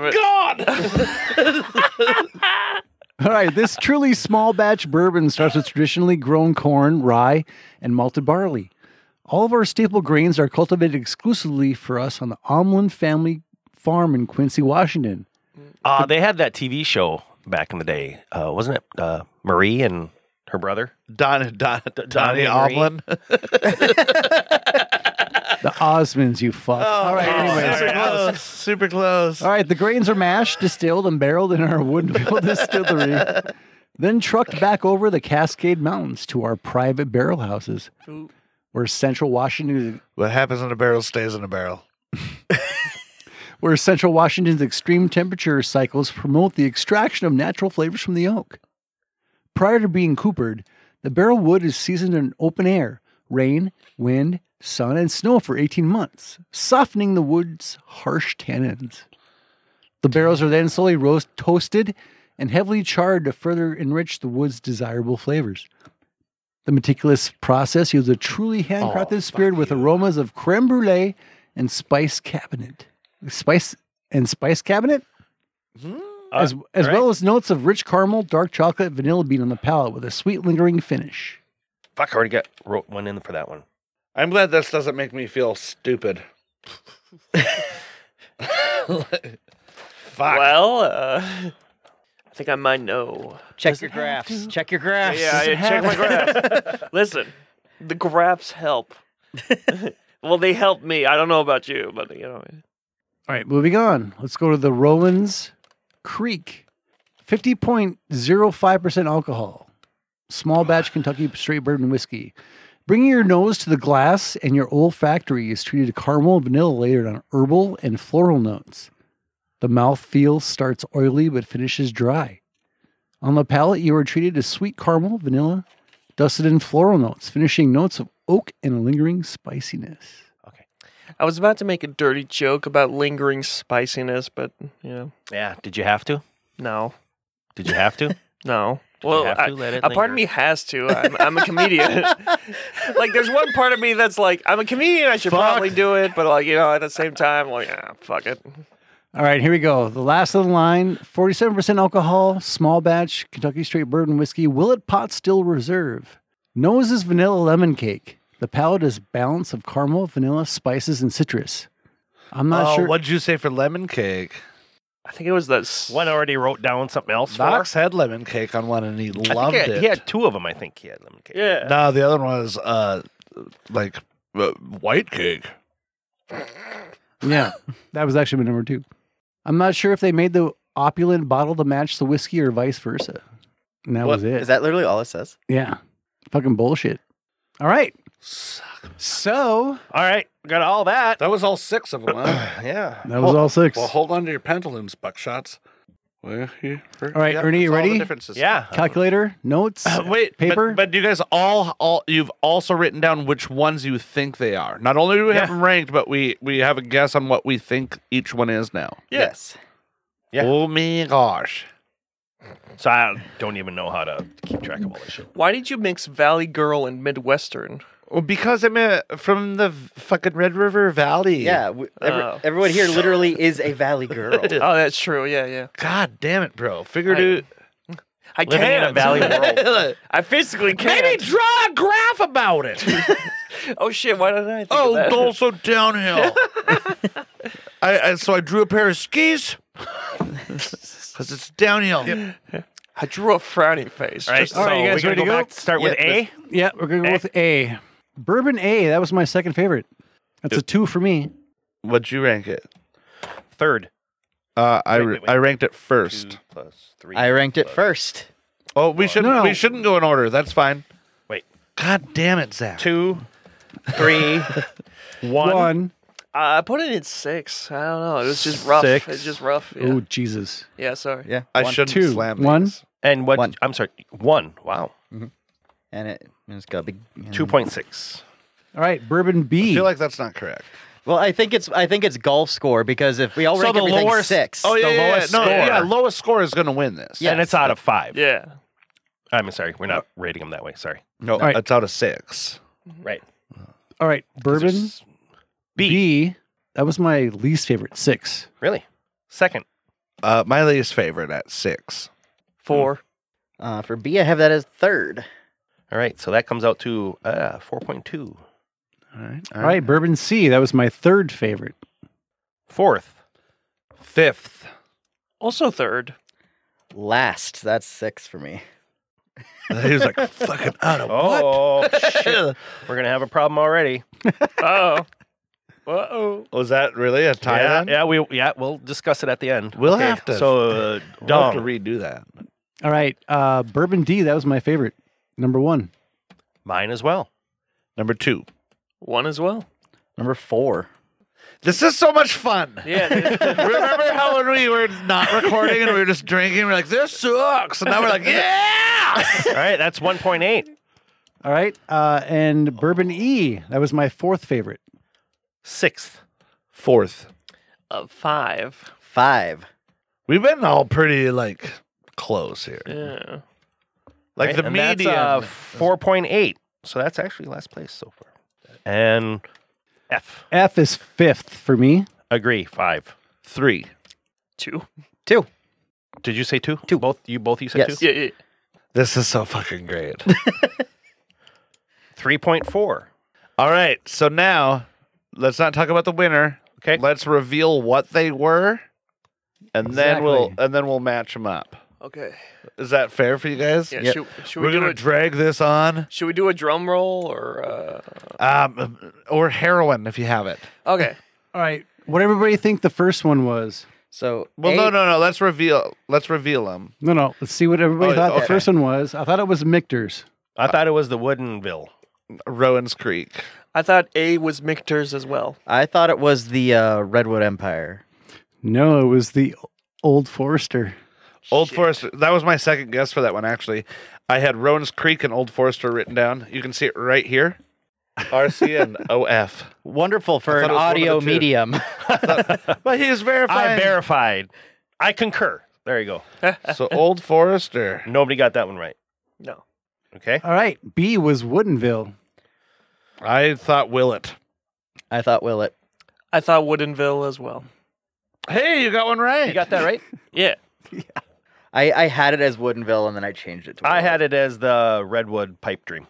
Speaker 6: it.
Speaker 4: All right, this truly small batch bourbon starts with traditionally grown corn, rye, and malted barley. All of our staple grains are cultivated exclusively for us on the Omlin family farm in Quincy, Washington.
Speaker 3: Uh, they had that TV show back in the day. Uh, wasn't it uh, Marie and her brother?
Speaker 2: Don, Don, Donnie
Speaker 3: Donnie Marie.
Speaker 2: Omlin.
Speaker 4: The Osmonds, you fuck. All right, anyway.
Speaker 2: Super
Speaker 6: sorry.
Speaker 2: close. Oh, Super close.
Speaker 4: All right, the grains are mashed, distilled, and barreled in our windmill distillery, then trucked back over the Cascade Mountains to our private barrel houses, where Central Washington,
Speaker 2: What happens in a barrel stays in a barrel.
Speaker 4: where Central Washington's extreme temperature cycles promote the extraction of natural flavors from the oak. Prior to being coopered, the barrel wood is seasoned in open air, rain, wind, sun, and snow for 18 months, softening the wood's harsh tannins. The barrels are then slowly roast, toasted, and heavily charred to further enrich the wood's desirable flavors. The meticulous process yields a truly handcrafted spirit with aromas of creme brulee and spice cabinet. Spice and spice cabinet? as as well as notes of rich caramel, dark chocolate, vanilla bean on the palate with a sweet lingering finish.
Speaker 3: Fuck, I already got wrote one in for that one.
Speaker 2: I'm glad this doesn't make me feel stupid. Fuck.
Speaker 6: Well, uh, I think I might know.
Speaker 5: Check your graphs. Check your graphs.
Speaker 6: Yeah, yeah check my graphs. Listen, the graphs help. well, they help me. I don't know about you, but you know.
Speaker 4: All right, moving on. Let's go to the Rowan's Creek. 50.05% alcohol. Small batch Kentucky straight bourbon whiskey. Bringing your nose to the glass and your olfactory is treated to caramel and vanilla layered on herbal and floral notes. The mouthfeel starts oily but finishes dry. On the palate, you are treated to sweet caramel, vanilla, dusted in floral notes, finishing notes of oak and a lingering spiciness.
Speaker 6: I was about to make a dirty joke about lingering spiciness, but you know,
Speaker 3: Yeah. Did you have to?
Speaker 6: no,
Speaker 3: Did you have to?
Speaker 6: no. Well,
Speaker 3: have
Speaker 6: I-
Speaker 3: to let it
Speaker 6: a part
Speaker 3: linger.
Speaker 6: of me has to. I'm, I'm a comedian. like, there's one part of me that's like, I'm a comedian. I should probably do it, but like, you know, at the same time, like, ah, fuck it.
Speaker 4: All right, here we go. The last of the line 47% alcohol, small batch, Kentucky straight bourbon whiskey, Willet Pot Still Reserve. Nose is vanilla lemon cake. The palate is balance of caramel, vanilla, spices, and citrus. I'm not
Speaker 2: Oh,
Speaker 4: sure.
Speaker 2: What'd you say for lemon cake?
Speaker 6: I think it was this.
Speaker 3: One already wrote down something else for.
Speaker 2: Knox had lemon cake on one and he
Speaker 3: I think
Speaker 2: loved
Speaker 3: he had,
Speaker 2: it.
Speaker 3: He had two of them. I think he had lemon cake.
Speaker 6: Yeah.
Speaker 2: No, the other one was uh, like uh, white cake.
Speaker 4: yeah, that was actually my number two. I'm not sure if they made the opulent bottle to match the whiskey or vice versa. And that
Speaker 2: What-
Speaker 4: was it.
Speaker 5: Is that literally all it says?
Speaker 4: yeah. Fucking bullshit. All right. So
Speaker 3: All right, got all that.
Speaker 2: That was all six of them. huh?
Speaker 3: Yeah.
Speaker 4: that was all six.
Speaker 2: well, hold on to your pantaloons, buckshots. Well, here-
Speaker 4: All right, Ernie, you
Speaker 2: it's all the
Speaker 4: ready?
Speaker 2: differences.
Speaker 3: Yeah.
Speaker 4: Calculator, notes.
Speaker 2: Uh, Wait, but-
Speaker 4: Paper?
Speaker 2: But, you guys all, all you've also written down which ones you think they are. Not only do we have
Speaker 3: Yeah.
Speaker 2: them ranked, but we we have a guess on what we think each one is now.
Speaker 5: Yes.
Speaker 3: Yeah.
Speaker 2: Oh my gosh!
Speaker 3: So I don't even know how to keep track of all this shit.
Speaker 6: Why did you mix Valley Girl and Midwestern?
Speaker 2: Well, because I'm uh from the v- fucking Red River Valley.
Speaker 5: Yeah. w- every-
Speaker 6: Oh.
Speaker 5: Everyone here literally is a valley girl.
Speaker 6: Oh, that's true. Yeah, yeah.
Speaker 2: God damn it, bro. Figured
Speaker 6: I-
Speaker 2: it.
Speaker 6: I
Speaker 3: Living in
Speaker 6: can't.
Speaker 3: a valley world.
Speaker 6: I physically can't.
Speaker 2: Maybe draw a graph about it.
Speaker 6: Oh shit! Why did I? Think of
Speaker 2: oh,
Speaker 6: that?
Speaker 2: also downhill. I, I so I drew a pair of skis because it's downhill.
Speaker 6: I drew a frowny face.
Speaker 3: All right,
Speaker 6: just-
Speaker 3: so
Speaker 4: right, you guys
Speaker 3: we're
Speaker 4: ready to
Speaker 3: gonna go,
Speaker 4: go?
Speaker 3: back to start with A.
Speaker 4: Yeah, we're gonna go with A. Bourbon A. That was my second favorite. That's a two for me.
Speaker 2: What'd you rank it?
Speaker 3: Third.
Speaker 2: Uh, I
Speaker 3: Wait, wait, wait.
Speaker 2: I ranked it first.
Speaker 3: Two plus three.
Speaker 5: I ranked it first.
Speaker 2: Oh, we shouldn't.
Speaker 4: No, no.
Speaker 2: We shouldn't go in order. That's fine.
Speaker 3: Wait.
Speaker 2: God damn it, Zach.
Speaker 3: Two, three, one.
Speaker 4: One.
Speaker 6: I put it in six. I don't know. It was just rough.
Speaker 5: Six.
Speaker 6: It's just rough. Yeah.
Speaker 4: Oh Jesus.
Speaker 6: yeah. Sorry.
Speaker 5: Yeah.
Speaker 2: I
Speaker 5: one,
Speaker 2: shouldn't
Speaker 4: two,
Speaker 2: slam
Speaker 4: one.
Speaker 2: these.
Speaker 3: And what?
Speaker 5: One.
Speaker 3: I'm sorry. One. Wow.
Speaker 5: And it, it's got big.
Speaker 2: Mm.
Speaker 5: and-
Speaker 3: Two point six.
Speaker 4: All right, bourbon
Speaker 2: I
Speaker 4: B.
Speaker 2: feel like that's not correct.
Speaker 5: Well, I think it's I think it's golf score because if we all rank everything six,
Speaker 2: Oh yeah,
Speaker 3: The
Speaker 2: yeah, yeah.
Speaker 3: lowest
Speaker 2: no,
Speaker 3: score.
Speaker 2: yeah. Lowest score is going to win this.
Speaker 3: And it's out of five.
Speaker 6: Yeah.
Speaker 3: I'm sorry. We're not rating them that way. Sorry.
Speaker 2: No,
Speaker 4: All right.
Speaker 2: it's out of six.
Speaker 3: Right.
Speaker 4: All right, bourbon
Speaker 3: There's-
Speaker 4: B.
Speaker 3: B.
Speaker 4: That was my least favorite. Six.
Speaker 3: Really? Second.
Speaker 2: Uh, my least favorite at six.
Speaker 6: Four.
Speaker 5: uh, for B I have that as third.
Speaker 3: All right. So that comes out to uh, 4.2.
Speaker 2: All right.
Speaker 4: All right, bourbon C. That was my third favorite.
Speaker 3: Fourth.
Speaker 2: Fifth.
Speaker 6: Also third.
Speaker 5: Last, that's six for me.
Speaker 2: he was like fucking out of.
Speaker 3: Oh, shit. We're going to have a problem already.
Speaker 6: Oh. Uh-oh.
Speaker 2: Was that really a tie
Speaker 3: yeah,
Speaker 2: then?
Speaker 3: yeah, we yeah, we'll discuss it at the end.
Speaker 2: We'll have to-
Speaker 3: So, uh,
Speaker 2: We'll have to
Speaker 3: Dom,
Speaker 2: redo that.
Speaker 4: All right, uh, bourbon D. That was my favorite. Number one.
Speaker 3: mine as well.
Speaker 2: Number two.
Speaker 6: One as well.
Speaker 5: Number four.
Speaker 2: This is so much fun.
Speaker 6: Yeah.
Speaker 2: Remember how when we were not recording and we were just drinking, we are like, this sucks. And now we're like, yeah.
Speaker 3: All right, that's 1.8.
Speaker 4: All right, uh, and bourbon E. That was my fourth favorite.
Speaker 3: Sixth.
Speaker 2: Fourth.
Speaker 6: Of Uh, five.
Speaker 5: Five.
Speaker 2: We've been all pretty like close here.
Speaker 6: Yeah.
Speaker 2: Like
Speaker 3: right?
Speaker 2: the
Speaker 3: And
Speaker 2: median.
Speaker 3: That's, uh,
Speaker 6: um,
Speaker 3: 4.8. So that's actually last place so far. And F.
Speaker 4: F is fifth for me.
Speaker 3: Agree. Five.
Speaker 2: three.
Speaker 6: Two.
Speaker 5: Two.
Speaker 3: Did you say two? Two. Both you both you said
Speaker 5: Yes.
Speaker 3: two?
Speaker 6: Yeah, yeah.
Speaker 2: This is so fucking great.
Speaker 3: 3.4.
Speaker 2: all right. So now let's not talk about the winner.
Speaker 3: Okay.
Speaker 2: Let's reveal what they were. And then we'll
Speaker 4: Exactly.
Speaker 2: and then we'll match them up.
Speaker 6: Okay.
Speaker 2: Is that fair for you guys?
Speaker 6: Yeah. Should, should
Speaker 2: We're
Speaker 6: we do
Speaker 2: gonna
Speaker 6: a
Speaker 2: drag this on,
Speaker 6: should we do a drum roll or uh
Speaker 2: um, or heroin if you have it.
Speaker 6: Okay.
Speaker 4: All right, what everybody think the first one was?
Speaker 5: So
Speaker 2: Well,
Speaker 5: eight,
Speaker 2: no, no, no. Let's reveal. Let's reveal them.
Speaker 4: No, no. Let's see what everybody
Speaker 2: Oh,
Speaker 4: thought the
Speaker 2: okay.
Speaker 4: first one was. I thought it was Michter's.
Speaker 3: I thought it was the Woodenville.
Speaker 2: Rowan's Creek.
Speaker 6: I thought A was Michter's as well.
Speaker 5: I thought it was the uh, Redwood Empire.
Speaker 4: No, it was the Old Forester.
Speaker 2: Old Forester. That was my second guess for that one, actually. I had Rowan's Creek and Old Forester written down. You can see it right here. RC and OF.
Speaker 5: Wonderful for
Speaker 2: I
Speaker 5: an
Speaker 2: thought it was one of
Speaker 5: audio
Speaker 2: the two.
Speaker 5: medium.
Speaker 2: But he's verified.
Speaker 3: I verified. I concur. There you go.
Speaker 2: so Old Forester.
Speaker 3: Nobody got that one right.
Speaker 6: No.
Speaker 3: Okay.
Speaker 4: All right, B was Woodenville.
Speaker 2: I thought Willet.
Speaker 5: I thought Willet.
Speaker 6: I thought Woodenville as well.
Speaker 2: Hey, you got one right.
Speaker 3: You got that right?
Speaker 6: Yeah.
Speaker 5: I, I had it as Woodenville and then I changed it to
Speaker 3: I
Speaker 5: Willet.
Speaker 3: had it as the Redwood Pipe Dream.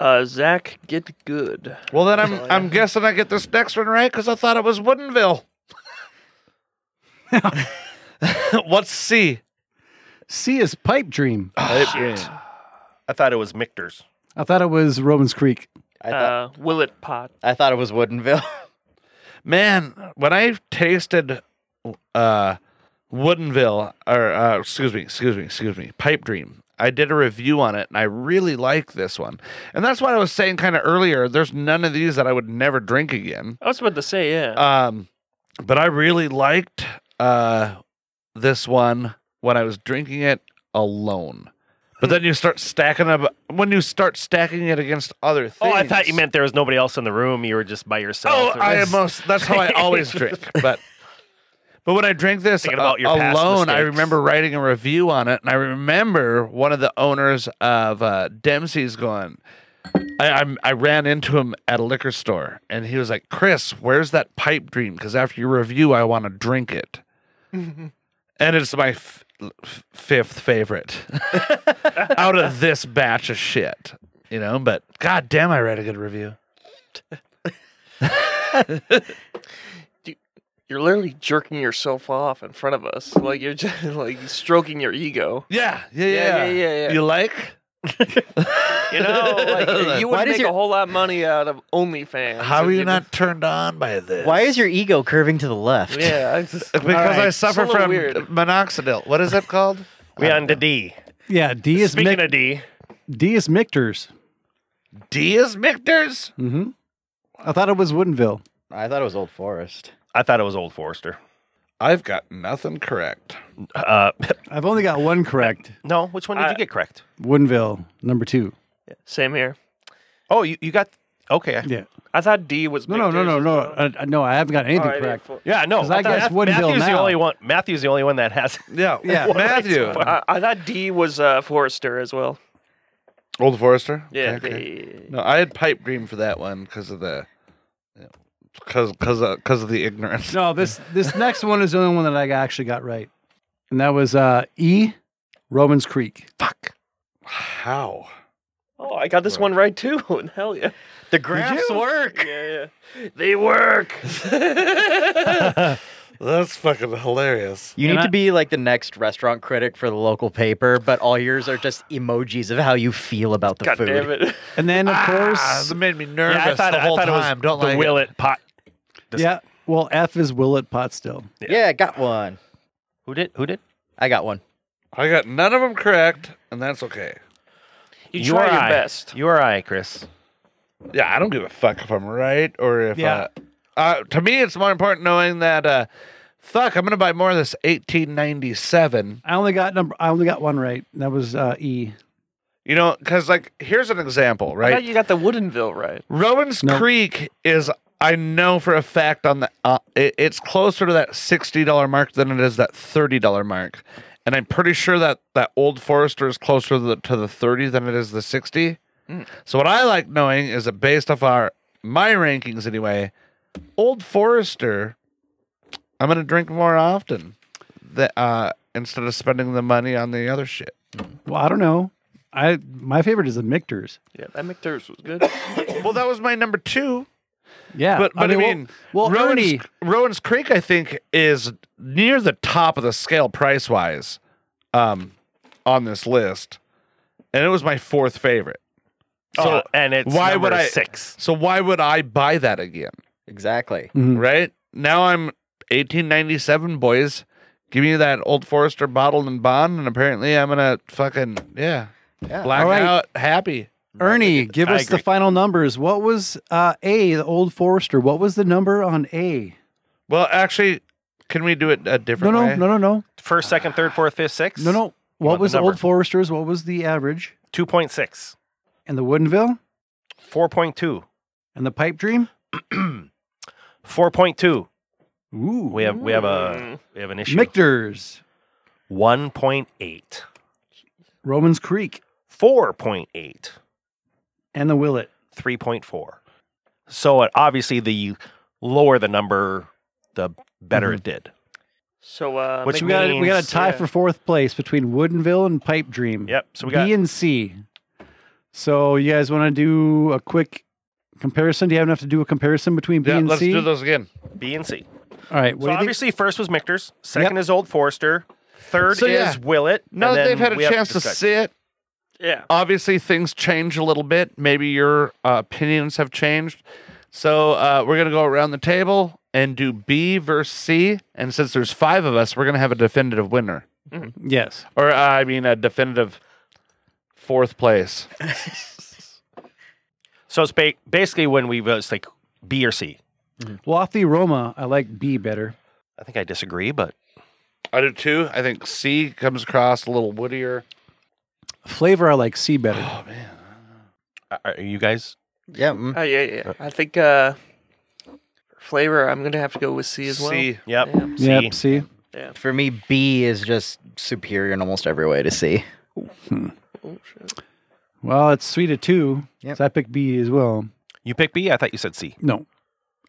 Speaker 6: Uh Zach, get good.
Speaker 2: well, then
Speaker 3: Oh,
Speaker 2: I'm I'm guessing I get this next one right because I thought it was Woodenville. What's C?
Speaker 4: C is Pipe Dream.
Speaker 3: I thought it was Michter's.
Speaker 4: I thought it was Roman's Creek.
Speaker 5: I thought,
Speaker 6: Uh Willet Pot.
Speaker 5: I thought it was Woodenville.
Speaker 2: Man, when I tasted uh Woodenville or uh, excuse me, excuse me, excuse me, Pipe Dream. I did a review on it and I really like this one. And that's what I was saying kind of earlier. There's none of these that I would never drink again.
Speaker 6: I was about to say, yeah.
Speaker 2: Um but I really liked uh this one when I was drinking it alone. But
Speaker 3: Hmm.
Speaker 2: then you start stacking up when you start stacking it against other things.
Speaker 3: Oh, I thought you meant there was nobody else in the room. You were just by
Speaker 2: Oh,
Speaker 3: yourself.
Speaker 2: I am most. That's how I always drink. But but when I drank this
Speaker 3: Thinking about
Speaker 2: uh,
Speaker 3: your past
Speaker 2: alone, I
Speaker 3: mistakes.
Speaker 2: remember writing a review on it, and I remember one of the owners of uh, Dempsey's going. I, I'm, I ran into him at a liquor store, and he was like, "Chris, where's that pipe dream? Because after your review, I want to drink it." and it's my f- f- fifth favorite out of this batch of shit, you know. But god damn, I read a good review.
Speaker 6: you're literally jerking yourself off in front of us. Like you're just like stroking your ego.
Speaker 2: Yeah, yeah,
Speaker 6: Yeah,
Speaker 2: yeah,
Speaker 6: yeah, yeah, yeah.
Speaker 2: You like?
Speaker 6: You know, like you
Speaker 5: Why
Speaker 6: would
Speaker 5: does
Speaker 6: make
Speaker 5: your-
Speaker 6: a whole lot of money out of OnlyFans.
Speaker 2: How
Speaker 6: if
Speaker 2: are you
Speaker 6: did-
Speaker 2: not turned on by this?
Speaker 5: Why is your ego curving to the left?
Speaker 6: Yeah, I just,
Speaker 2: Because I suffer
Speaker 6: It's a little
Speaker 2: from
Speaker 6: weird.
Speaker 2: minoxidil. What is that called?
Speaker 3: we on to D.
Speaker 4: Yeah, D is
Speaker 3: Speaking
Speaker 4: Mic-
Speaker 3: of D,
Speaker 4: D is Michter's.
Speaker 2: D is Michter's.
Speaker 4: Mm-hmm. I thought it was Woodenville.
Speaker 5: I thought it was Old Forest.
Speaker 3: I thought it was Old Forester.
Speaker 2: I've got nothing correct.
Speaker 3: Uh,
Speaker 4: I've only got one correct.
Speaker 3: no, which one did
Speaker 6: I-
Speaker 3: you get correct?
Speaker 4: Woodenville, number two.
Speaker 6: Same here.
Speaker 3: Oh, you, you got okay.
Speaker 4: Yeah.
Speaker 6: I thought D was
Speaker 4: No, no, no, no,
Speaker 6: Michter's.
Speaker 4: no. Uh, no, I haven't got anything
Speaker 6: Alright,
Speaker 4: correct.
Speaker 6: I-
Speaker 3: Yeah, no.
Speaker 4: 'Cause I
Speaker 3: thought
Speaker 4: guessed Woodville
Speaker 3: Matthew's the
Speaker 4: now.
Speaker 3: only one. Matthew's the only one that has.
Speaker 2: Yeah,
Speaker 4: Yeah.
Speaker 2: Matthew,
Speaker 6: I, I thought D was uh, Forrester as well.
Speaker 2: Old Forester.
Speaker 6: Yeah,
Speaker 2: Okay, okay.
Speaker 6: yeah, yeah, yeah.
Speaker 2: No, I had pipe dream for that one because of the, because because because uh, of the ignorance.
Speaker 4: No, this this next one is the only one that I actually got right, and that was uh, E. Romans Creek.
Speaker 2: Fuck. How?
Speaker 6: Oh, I got this one right too. Hell yeah.
Speaker 5: The graphs work.
Speaker 6: Yeah, yeah. They work.
Speaker 2: That's fucking hilarious.
Speaker 5: You
Speaker 8: And
Speaker 5: need
Speaker 8: I-
Speaker 5: to be like the next restaurant critic for the local paper, but all yours are just emojis of how you feel about the
Speaker 6: God
Speaker 5: food.
Speaker 6: damn it.
Speaker 4: And then, of
Speaker 2: Ah,
Speaker 4: course,
Speaker 2: that made me nervous.
Speaker 8: I thought,
Speaker 2: the
Speaker 8: I
Speaker 2: whole
Speaker 8: thought it was
Speaker 2: time. Don't
Speaker 8: the
Speaker 2: like it.
Speaker 8: Willet pot.
Speaker 4: yeah. Well, F is Willet Pot still.
Speaker 5: Yeah. I got one.
Speaker 3: Who did? Who did?
Speaker 5: I got one.
Speaker 2: I got none of them correct, and that's okay.
Speaker 6: You,
Speaker 3: You
Speaker 6: try
Speaker 3: or
Speaker 6: your
Speaker 3: I.
Speaker 6: best.
Speaker 3: You or I, Chris?
Speaker 2: Yeah, I don't give a fuck if I'm right or if.
Speaker 4: Yeah.
Speaker 2: Uh, uh, to me, it's more important knowing that. Uh, fuck, I'm gonna buy more of this 1897.
Speaker 4: I only got number. I only got one right. and That was uh, E.
Speaker 2: You know, because like here's an example,
Speaker 6: I
Speaker 2: right?
Speaker 6: thought you got the Woodenville right.
Speaker 2: Rowan's
Speaker 4: No.
Speaker 2: Creek is I know for a fact on the uh, it, it's closer to that sixty dollar mark than it is that thirty dollar mark, and I'm pretty sure that that Old Forester is closer to the, to the thirty than it is the sixty. So what I like knowing is that based off our my rankings anyway, Old Forester, I'm gonna drink more often, that uh, instead of spending the money on the other shit.
Speaker 4: Well, I don't know. I my favorite is the Mictors.
Speaker 6: Yeah, that McTurse was good.
Speaker 2: Well, that was my number two.
Speaker 4: Yeah,
Speaker 2: But, but I
Speaker 4: well-
Speaker 2: mean,
Speaker 4: well,
Speaker 2: Rowan's,
Speaker 4: Ernie,
Speaker 2: Rowan's Creek, I think, is near the top of the scale price wise um, on this list. And it was my fourth favorite.
Speaker 8: So, and it's
Speaker 2: why
Speaker 8: number
Speaker 2: would I-
Speaker 8: six?
Speaker 2: So why would I buy that again?
Speaker 5: Exactly.
Speaker 2: Right? Now I'm 1897, boys. Give me that old Forester bottle and bond. And apparently I'm going to fucking, yeah,
Speaker 5: Yeah.
Speaker 2: black
Speaker 4: All right.
Speaker 2: out happy.
Speaker 4: Ernie, give
Speaker 8: I
Speaker 4: us the
Speaker 8: agree.
Speaker 4: final numbers. What was uh, A, the Old Forester? What was the number on A?
Speaker 2: Well, actually, can we do it a
Speaker 4: No,
Speaker 2: different
Speaker 4: no,
Speaker 2: way?
Speaker 4: no, no, no,
Speaker 3: First, second, third, fourth, fifth, sixth.
Speaker 4: no, no. What
Speaker 3: want the
Speaker 4: was the
Speaker 3: number?
Speaker 4: Old Forester's? What was the average?
Speaker 3: Two point six.
Speaker 4: And the Woodenville?
Speaker 3: Four point two.
Speaker 4: And the Pipe Dream?
Speaker 3: Four point two.
Speaker 4: Ooh.
Speaker 3: We have we have a we have an issue.
Speaker 4: Mictors,
Speaker 3: One point eight.
Speaker 4: Romans Creek,
Speaker 3: Four point eight.
Speaker 4: and the Willet.
Speaker 3: 3.4. So it, obviously, the lower the number, the better it did.
Speaker 6: So, uh,
Speaker 3: Which
Speaker 4: We got, a- we got a
Speaker 3: Means,
Speaker 4: tie
Speaker 6: yeah.
Speaker 4: for fourth place between Woodenville and Pipe Dream.
Speaker 3: Yep. So we got
Speaker 4: B and C. So you guys want to do a quick comparison? Do you have enough to do a comparison between B
Speaker 2: Yeah,
Speaker 4: and
Speaker 2: let's
Speaker 4: C?
Speaker 2: do those again.
Speaker 3: B and C.
Speaker 4: All right. What
Speaker 3: So
Speaker 4: do you think?
Speaker 3: obviously, first was Michter's. Second is Old Forester. Third
Speaker 2: So, yeah.
Speaker 3: is Willett.
Speaker 2: Now
Speaker 3: and
Speaker 2: that
Speaker 3: then
Speaker 2: they've had a
Speaker 3: we have
Speaker 2: chance to
Speaker 3: discuss-
Speaker 2: sit,
Speaker 6: Yeah.
Speaker 2: obviously things change a little bit. Maybe your uh, opinions have changed. So uh, we're gonna go around the table and do B versus C. And since there's five of us, we're gonna have a definitive winner,
Speaker 4: Yes.
Speaker 2: or uh, I mean, a definitive fourth place.
Speaker 3: So it's ba- basically when we vote, it's like B or C.
Speaker 4: Well, off the aroma, I like B better.
Speaker 3: I think I disagree, but
Speaker 2: I do too. I think C comes across a little woodier.
Speaker 4: Flavor, I like C better.
Speaker 3: Oh, are- are you guys?
Speaker 5: Yeah. mm.
Speaker 6: Oh, yeah, yeah. I think uh, flavor, I'm going to have to go with C as well.
Speaker 2: C.
Speaker 3: Yep. C.
Speaker 4: Yep. C.
Speaker 5: For me, B is just superior in almost every way to C.
Speaker 4: Well, it's sweet of two.
Speaker 5: Yep.
Speaker 4: So I picked B as well.
Speaker 3: You pick B. I thought you said C.
Speaker 4: No,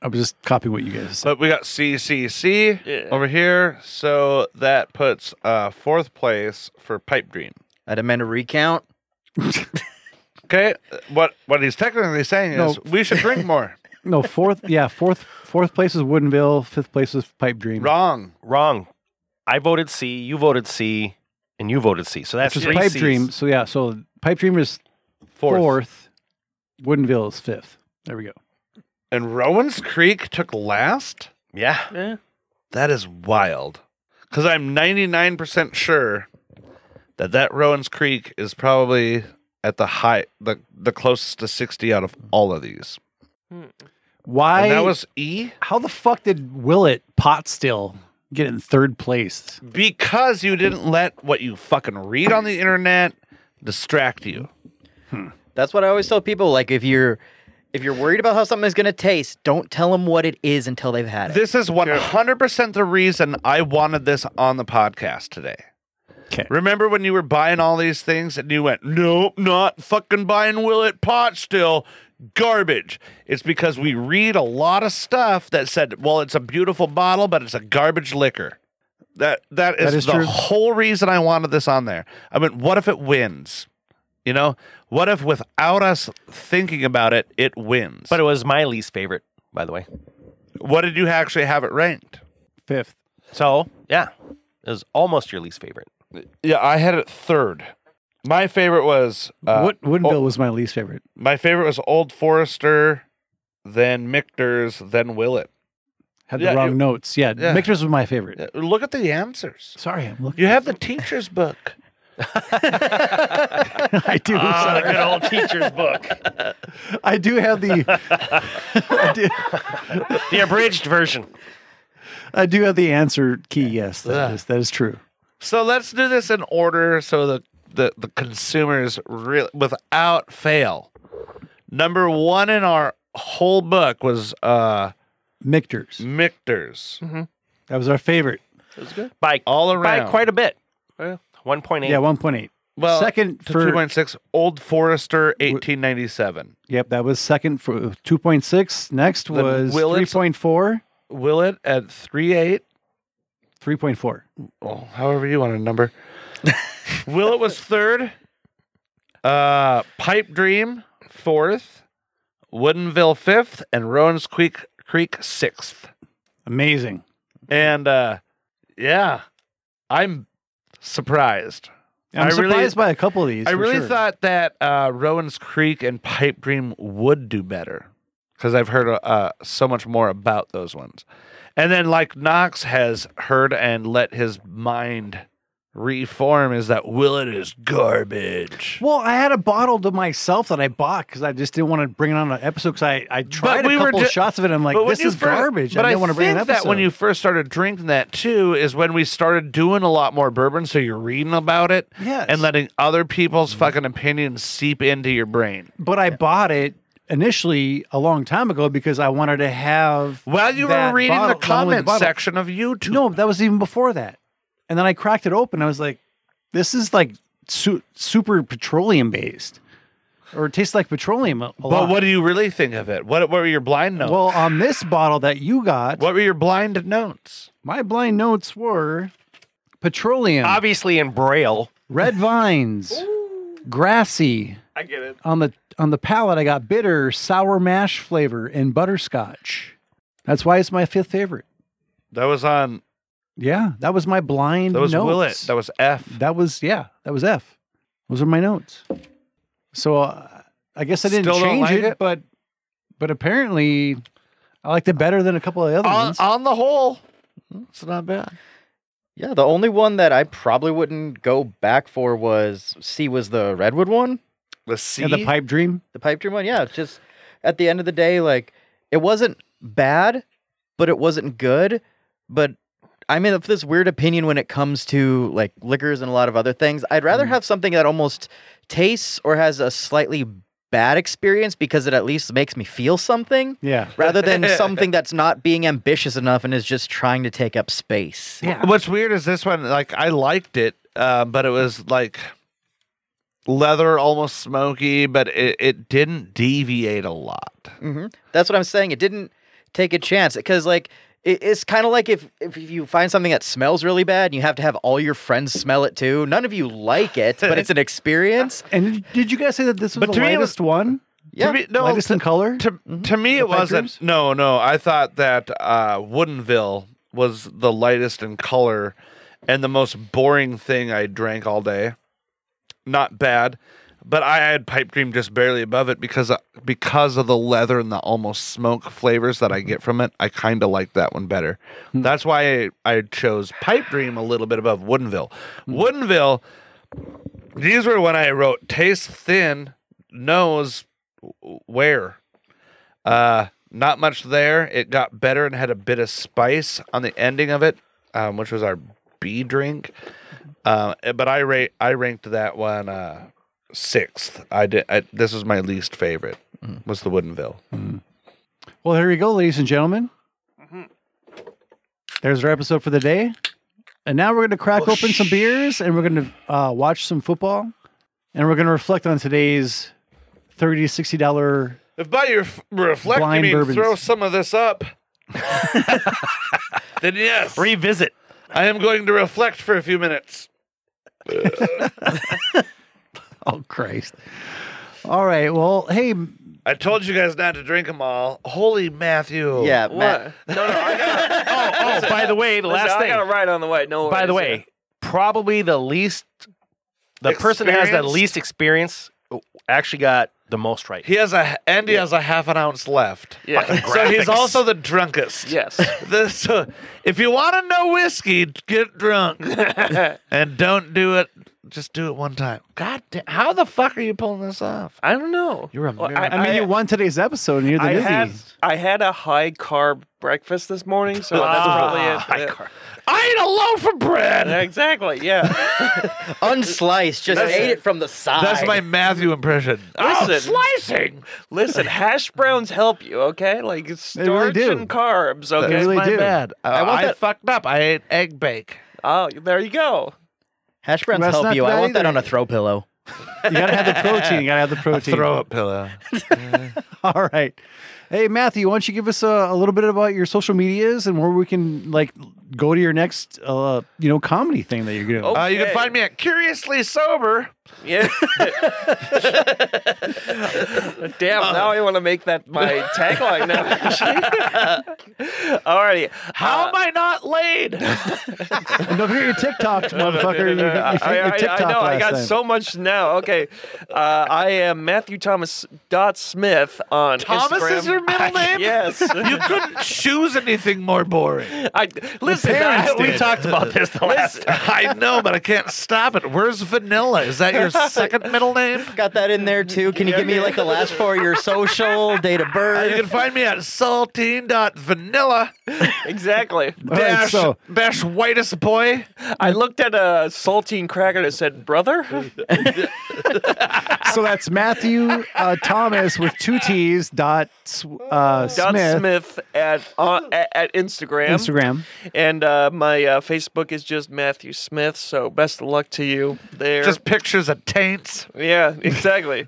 Speaker 4: I was just copying what you guys said.
Speaker 2: But we got C, C, C
Speaker 6: Yeah.
Speaker 2: over here. So that puts uh, fourth place for Pipe Dream.
Speaker 5: I'd amend a recount.
Speaker 2: Okay, what what he's technically saying is we should drink more.
Speaker 4: No, fourth. yeah, fourth. Fourth place is Woodenville. Fifth place is Pipe Dream.
Speaker 2: Wrong.
Speaker 3: Wrong. I voted C. You voted C. And you voted C. So that's
Speaker 4: Which is
Speaker 3: three
Speaker 4: Pipe
Speaker 3: Cs.
Speaker 4: Dream. So yeah, so Pipe Dream is
Speaker 2: Fourth.
Speaker 4: fourth. Woodenville is fifth. There we go.
Speaker 2: And Rowan's Creek took last?
Speaker 3: Yeah.
Speaker 6: Yeah.
Speaker 2: That is wild. Because I'm 99% sure that that Rowan's Creek is probably at the high, the, the closest to 60 out of all of these.
Speaker 4: Why?
Speaker 2: And that was E?
Speaker 4: how the fuck did Willett Pot still get in third place?
Speaker 2: Because you didn't let what you fucking read on the internet distract you.
Speaker 5: That's what I always tell people. Like, if you're if you're worried about how something is going to taste, don't tell them what it is until they've had it.
Speaker 2: This is 100% the reason I wanted this on the podcast today.
Speaker 4: 'Kay.
Speaker 2: Remember when you were buying all these things and you went, nope, not fucking buying Willet pot still. Garbage. It's because we read a lot of stuff that said, well, it's a beautiful bottle, but it's a garbage liquor. That that is,
Speaker 4: That is
Speaker 2: the
Speaker 4: true.
Speaker 2: whole reason I wanted this on there. I mean, what if it wins? You know, what if without us thinking about it, it wins?
Speaker 3: But it was my least favorite, by the way.
Speaker 2: what did you actually have it ranked?
Speaker 4: Fifth.
Speaker 3: So yeah, it was almost your least favorite.
Speaker 2: Yeah, I had it third. My favorite was uh,
Speaker 4: Wood, Woodinville
Speaker 2: oh.
Speaker 4: was my least favorite.
Speaker 2: my favorite was Old Forester, then Michter's, then Willett.
Speaker 4: Had
Speaker 2: Yeah,
Speaker 4: the wrong
Speaker 2: you-
Speaker 4: notes. Yeah,
Speaker 2: yeah.
Speaker 4: Michter's was my favorite.
Speaker 2: Yeah, Uh, Look at the answers.
Speaker 4: Sorry, I'm looking.
Speaker 2: You have the teacher's book.
Speaker 4: I do.
Speaker 8: Ah, the
Speaker 4: sorry.
Speaker 8: good old teacher's book,
Speaker 4: I do have the. I, do,
Speaker 8: the abridged version.
Speaker 4: I do have the answer key. Yes, that is that is true.
Speaker 2: So let's do this in order so the the, the consumers real without fail. Number one in our whole book was uh Mm.
Speaker 4: Michter's.
Speaker 2: Michter's.
Speaker 4: That was our favorite.
Speaker 3: By
Speaker 2: All
Speaker 3: by
Speaker 2: around.
Speaker 3: quite a bit.
Speaker 2: Yeah.
Speaker 3: One point eight.
Speaker 4: Yeah, one point eight.
Speaker 2: well,
Speaker 4: second
Speaker 2: to
Speaker 4: for
Speaker 2: 2.6 Old Forester 1897.
Speaker 4: yep, that was second for two point six. Next
Speaker 2: The
Speaker 4: was three
Speaker 2: Willits-
Speaker 4: point four.
Speaker 2: Willett at 38
Speaker 4: Three point four.
Speaker 2: well, however you want to number. Willet was third. Uh, Pipe Dream fourth. Woodenville fifth, and Rowan's Creek Creek sixth.
Speaker 4: Amazing.
Speaker 2: And uh, yeah, I'm surprised.
Speaker 4: I'm
Speaker 2: I really-
Speaker 4: surprised by a couple of these.
Speaker 2: I
Speaker 4: for
Speaker 2: really
Speaker 4: sure.
Speaker 2: thought that uh, Rowan's Creek and Pipe Dream would do better because I've heard uh, so much more about those ones. And then, like Knox has heard and let his mind reform, is that Willet is garbage.
Speaker 4: Well, I had a bottle to myself that I bought because I just didn't want to bring it on an episode because I, I tried
Speaker 2: we
Speaker 4: a
Speaker 2: were
Speaker 4: couple
Speaker 2: ju-
Speaker 4: shots of it. And I'm like,
Speaker 2: when
Speaker 4: this
Speaker 2: you
Speaker 4: is
Speaker 2: first-
Speaker 4: garbage.
Speaker 2: But
Speaker 4: I didn't want to bring it
Speaker 2: think
Speaker 4: an episode.
Speaker 2: that when you first started drinking that too is when we started doing a lot more bourbon. So you're reading about it
Speaker 4: Yes. Mm-hmm.
Speaker 2: and letting other people's fucking opinions seep into your brain.
Speaker 4: but I bought it initially a long time ago because I wanted to have.
Speaker 2: While you were
Speaker 4: that
Speaker 2: reading
Speaker 4: bottle-
Speaker 2: the comment
Speaker 4: bottle.
Speaker 2: section of YouTube,
Speaker 4: No, that was even before that. And then I cracked it open. I was like, this is like su- super petroleum based, or it tastes like petroleum. A, a
Speaker 2: but
Speaker 4: lot.
Speaker 2: what do you really think of it? What, what were your blind notes?
Speaker 4: Well, on this bottle that you got,
Speaker 2: what were your blind notes?
Speaker 4: my blind notes were petroleum.
Speaker 3: Obviously in braille.
Speaker 4: Red vines, grassy. I get it. On the on the palate, I got bitter, sour mash flavor, and butterscotch. That's why it's my fifth favorite.
Speaker 2: That was on.
Speaker 4: Yeah, that was my blind.
Speaker 2: That was
Speaker 4: notes.
Speaker 2: Willet. That was F.
Speaker 4: That was yeah. That was F. Those are my notes. So uh, I guess I didn't
Speaker 2: Still don't
Speaker 4: change
Speaker 2: like
Speaker 4: it,
Speaker 2: it?
Speaker 4: but but apparently I liked it better than a couple of the other
Speaker 2: On,
Speaker 4: ones.
Speaker 2: on the whole, it's not bad.
Speaker 5: Yeah, the only one that I probably wouldn't go back for was C was the redwood one,
Speaker 2: The C.
Speaker 4: and the pipe dream.
Speaker 5: the pipe dream one. Yeah, it's just at the end of the day, like it wasn't bad, but it wasn't good. But I'm in this weird opinion when it comes to like liquors and a lot of other things. I'd rather have something that almost tastes or has a slightly bad experience because it at least makes me feel something
Speaker 4: Yeah.
Speaker 5: rather than something that's not being ambitious enough and is just trying to take up space.
Speaker 4: Yeah.
Speaker 2: What's weird is this one. Like I liked it, uh, but it was like leather, almost smoky, but it, it didn't deviate a lot.
Speaker 5: hmm That's what I'm saying. It didn't take a chance because, like, it, it's kind of like if if you find something that smells really bad and you have to have all your friends smell it too. None of you like it, but it's an experience.
Speaker 4: And did you guys say that this was
Speaker 2: But
Speaker 4: the
Speaker 2: to me, it was-
Speaker 4: lightest one?
Speaker 5: Yeah.
Speaker 2: To me, no,
Speaker 4: lightest in color.
Speaker 2: To, to me, it
Speaker 4: pipe
Speaker 2: wasn't.
Speaker 4: dreams?
Speaker 2: No, no. I thought that uh, Woodenville was the lightest in color and the most boring thing I drank all day. Not bad, but I had Pipe Dream just barely above it because uh, because of the leather and the almost smoke flavors that I get from it. I kind of like that one better. That's why I, I chose Pipe Dream a little bit above Woodenville. Woodenville. These were when I wrote taste thin, nose w- where. Uh, not much there. It got better and had a bit of spice on the ending of it, um, which was our B drink. Uh, but I rate I ranked that one uh, sixth. I did. I, this was my least favorite.
Speaker 4: Mm-hmm.
Speaker 2: Was the Woodenville?
Speaker 4: Well, here we go, ladies and gentlemen. There's our episode for the day. And now we're going to crack open some beers and we're going to uh, watch some football and we're going to reflect on today's 30 $60 dollar-
Speaker 2: If by your f- reflect you
Speaker 4: Blind
Speaker 2: mean
Speaker 4: bourbons.
Speaker 2: throw some of this up, then yes,
Speaker 8: Revisit.
Speaker 2: I am going to reflect for a few minutes.
Speaker 4: Oh, Christ. All right. Well, hey, m-
Speaker 2: I told you guys not to drink them all. Holy Matthew.
Speaker 5: Yeah, Matt.
Speaker 6: What? No, no. I got,
Speaker 3: Oh, oh, by the way, the
Speaker 6: listen,
Speaker 3: last
Speaker 6: I
Speaker 3: thing.
Speaker 6: got it right on the way. No.
Speaker 3: by the
Speaker 6: worries,
Speaker 3: way, probably the least, the person that has the
Speaker 2: Experienced?
Speaker 3: least experience oh, actually got the most right.
Speaker 2: He has a and he has a half an ounce left.
Speaker 6: Yeah.
Speaker 3: Fucking
Speaker 2: So he's
Speaker 3: graphics.
Speaker 2: also the drunkest.
Speaker 6: yeah. Yes.
Speaker 2: This, uh, if you want to know whiskey, get drunk and don't do it. Just do it one time. God damn! How the fuck are you pulling this off?
Speaker 6: I don't know. You're a. I
Speaker 4: I mean, you won today's episode, and you're the
Speaker 6: I
Speaker 4: dizzy.
Speaker 6: had I had a high carb breakfast this morning, so that's probably
Speaker 2: Ah,
Speaker 6: it.
Speaker 3: High
Speaker 6: Yeah.
Speaker 3: car.
Speaker 2: I ate a loaf of bread.
Speaker 6: Yeah, Exactly. Yeah.
Speaker 5: Unsliced, just ate it from the side.
Speaker 2: That's my Matthew impression.
Speaker 6: Listen.
Speaker 2: Oh, slicing.
Speaker 6: Listen, hash browns help you, okay? Like it's
Speaker 4: They really
Speaker 6: starch
Speaker 4: do.
Speaker 6: and carbs, okay?
Speaker 4: They really
Speaker 2: My
Speaker 4: do.
Speaker 2: bad. I,
Speaker 3: want
Speaker 2: I
Speaker 3: that-
Speaker 2: fucked up. I ate egg bake.
Speaker 6: Oh, there you go.
Speaker 5: hash browns
Speaker 4: That's
Speaker 5: help
Speaker 4: not
Speaker 5: you. I
Speaker 4: bad
Speaker 5: want that
Speaker 4: either.
Speaker 5: on a throw pillow.
Speaker 4: You gotta have the protein. You gotta have the protein.
Speaker 2: Throw up pillow.
Speaker 4: All right. Hey Matthew, why don't you give us a, a little bit about your social medias and where we can like go to your next uh you know comedy thing that you're doing.
Speaker 6: Oh.
Speaker 2: Uh, you can
Speaker 6: Okay.
Speaker 2: find me at Curiously Sober.
Speaker 6: Yeah. Damn, now I want to make that my tagline now. Alrighty.
Speaker 2: How
Speaker 6: Uh,
Speaker 2: am I not laid?
Speaker 4: And don't forget your TikTok, motherfucker. You- you
Speaker 6: uh, I,
Speaker 4: faked your
Speaker 6: I- I
Speaker 4: TikTok
Speaker 6: know. I
Speaker 4: last
Speaker 6: got
Speaker 4: time.
Speaker 6: so much now. Okay, uh, I am Matthew Thomas dot Smith on
Speaker 2: Thomas
Speaker 6: Instagram.
Speaker 2: is your middle name?
Speaker 6: yes.
Speaker 2: You couldn't choose anything more boring.
Speaker 6: I listen.
Speaker 4: parents
Speaker 6: I- we
Speaker 4: did.
Speaker 6: talked about
Speaker 3: This the last.
Speaker 2: I know, but I can't stop it. Where's Vanilla? Is that your second middle name?
Speaker 5: Got that in there too. Can you give me like the last four of your social, date of
Speaker 2: Uh, you
Speaker 5: birth?
Speaker 2: can find me at saltine.vanilla
Speaker 6: exactly.
Speaker 4: All right,
Speaker 2: dash,
Speaker 4: so-
Speaker 2: dash whitest boy.
Speaker 6: I looked at a saltine cracker and said, "Brother."
Speaker 4: so that's Matthew uh, Thomas with two T's dot S- uh,
Speaker 6: Dot
Speaker 4: Smith,
Speaker 6: Smith at on at, at Instagram.
Speaker 4: Instagram.
Speaker 6: And uh, my uh, Facebook is just Matthew Smith. So best of luck to you there.
Speaker 2: Just pictures of taints.
Speaker 6: Yeah, exactly.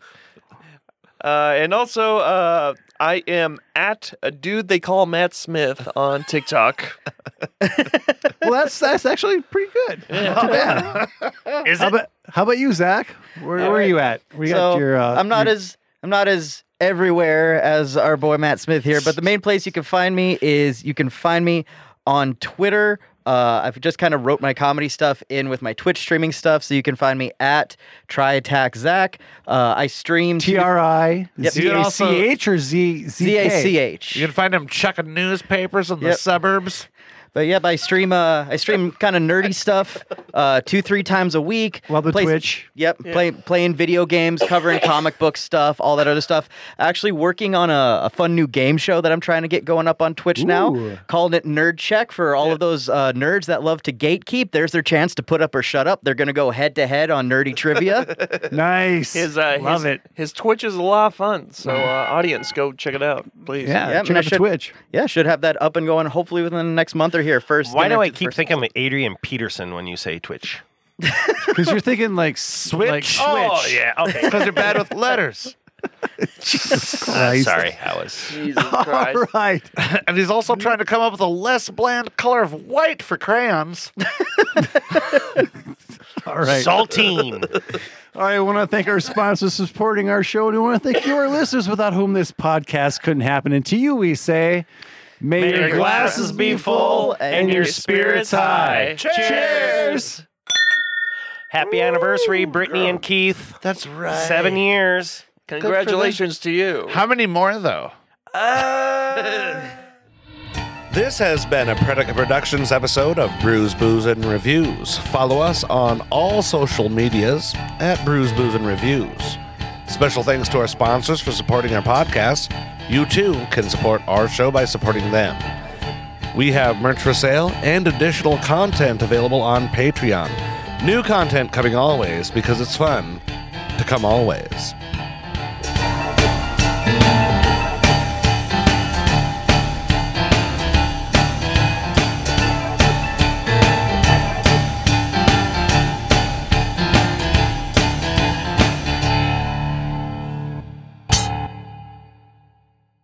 Speaker 6: uh, and also, uh, I am at a dude they call Matt Smith on TikTok.
Speaker 4: Well, that's that's actually pretty good. Not too bad.
Speaker 3: Is
Speaker 4: How
Speaker 3: it?
Speaker 4: about how about you, Zach? Where, where are you at? We
Speaker 5: so
Speaker 4: got your. Uh,
Speaker 5: I'm not
Speaker 4: your-
Speaker 5: as I'm not as everywhere as our boy Matt Smith here, but the main place you can find me is you can find me on Twitter. Uh, I've just kind of wrote my comedy stuff in with my Twitch streaming stuff, so you can find me at Try Attack Zach. Uh, I stream
Speaker 4: T R I
Speaker 5: Yep.
Speaker 4: Z A C H or Z
Speaker 5: Z
Speaker 4: Z
Speaker 5: A
Speaker 4: K?
Speaker 5: C H.
Speaker 2: You can find him chucking newspapers in the
Speaker 5: Yep.
Speaker 2: suburbs.
Speaker 5: But yep, I stream uh I stream kind of nerdy stuff uh two three times a week.
Speaker 4: Love the
Speaker 5: Play-
Speaker 4: Twitch.
Speaker 5: Yep, play, playing video games, covering comic book stuff, all that other stuff. Actually, working on a, a fun new game show that I'm trying to get going up on Twitch
Speaker 4: Ooh.
Speaker 5: now, calling it Nerd Check for all of those uh, nerds that love to gatekeep. There's their chance to put up or shut up. They're gonna go head to head on nerdy trivia.
Speaker 4: Nice.
Speaker 6: His uh,
Speaker 4: Love
Speaker 6: his,
Speaker 4: it. Mm.
Speaker 6: His Twitch is a lot of fun. So uh, audience, go check it out, please.
Speaker 4: Yeah,
Speaker 5: Yeah,
Speaker 4: check
Speaker 5: man, I
Speaker 4: out the
Speaker 5: should-
Speaker 4: Twitch.
Speaker 5: yeah, should have that up and going hopefully within the next month or here. First,
Speaker 3: Why do
Speaker 5: gonna
Speaker 3: I
Speaker 5: do the
Speaker 3: keep
Speaker 5: first-
Speaker 3: thinking of Adrian Peterson when you say Twitch?
Speaker 4: Because you're thinking like switch.
Speaker 3: Oh yeah. Okay.
Speaker 2: Because they're bad with letters.
Speaker 3: Uh, sorry, I was.
Speaker 6: Jesus Christ.
Speaker 4: All right.
Speaker 2: And he's also trying to come up with a less bland color of white for crayons.
Speaker 4: All right.
Speaker 3: Saltine.
Speaker 4: All right. I want to thank our sponsors for supporting our show. And we want to thank you, our listeners, without whom this podcast couldn't happen. And to you, we say, may, your glasses be full and your spirits high. Cheers.
Speaker 3: Happy anniversary, Brittany and Keith.
Speaker 2: That's right.
Speaker 3: Seven years.
Speaker 6: Congratulations to you.
Speaker 2: How many more, though? Uh.
Speaker 1: This has been a Predica Productions episode of Brews, Booze, and Reviews. Follow us on all social medias at Brews, Booze, and Reviews. Special thanks to our sponsors for supporting our podcast. You too can support our show by supporting them. We have merch for sale and additional content available on Patreon. New content coming always because it's fun to come always.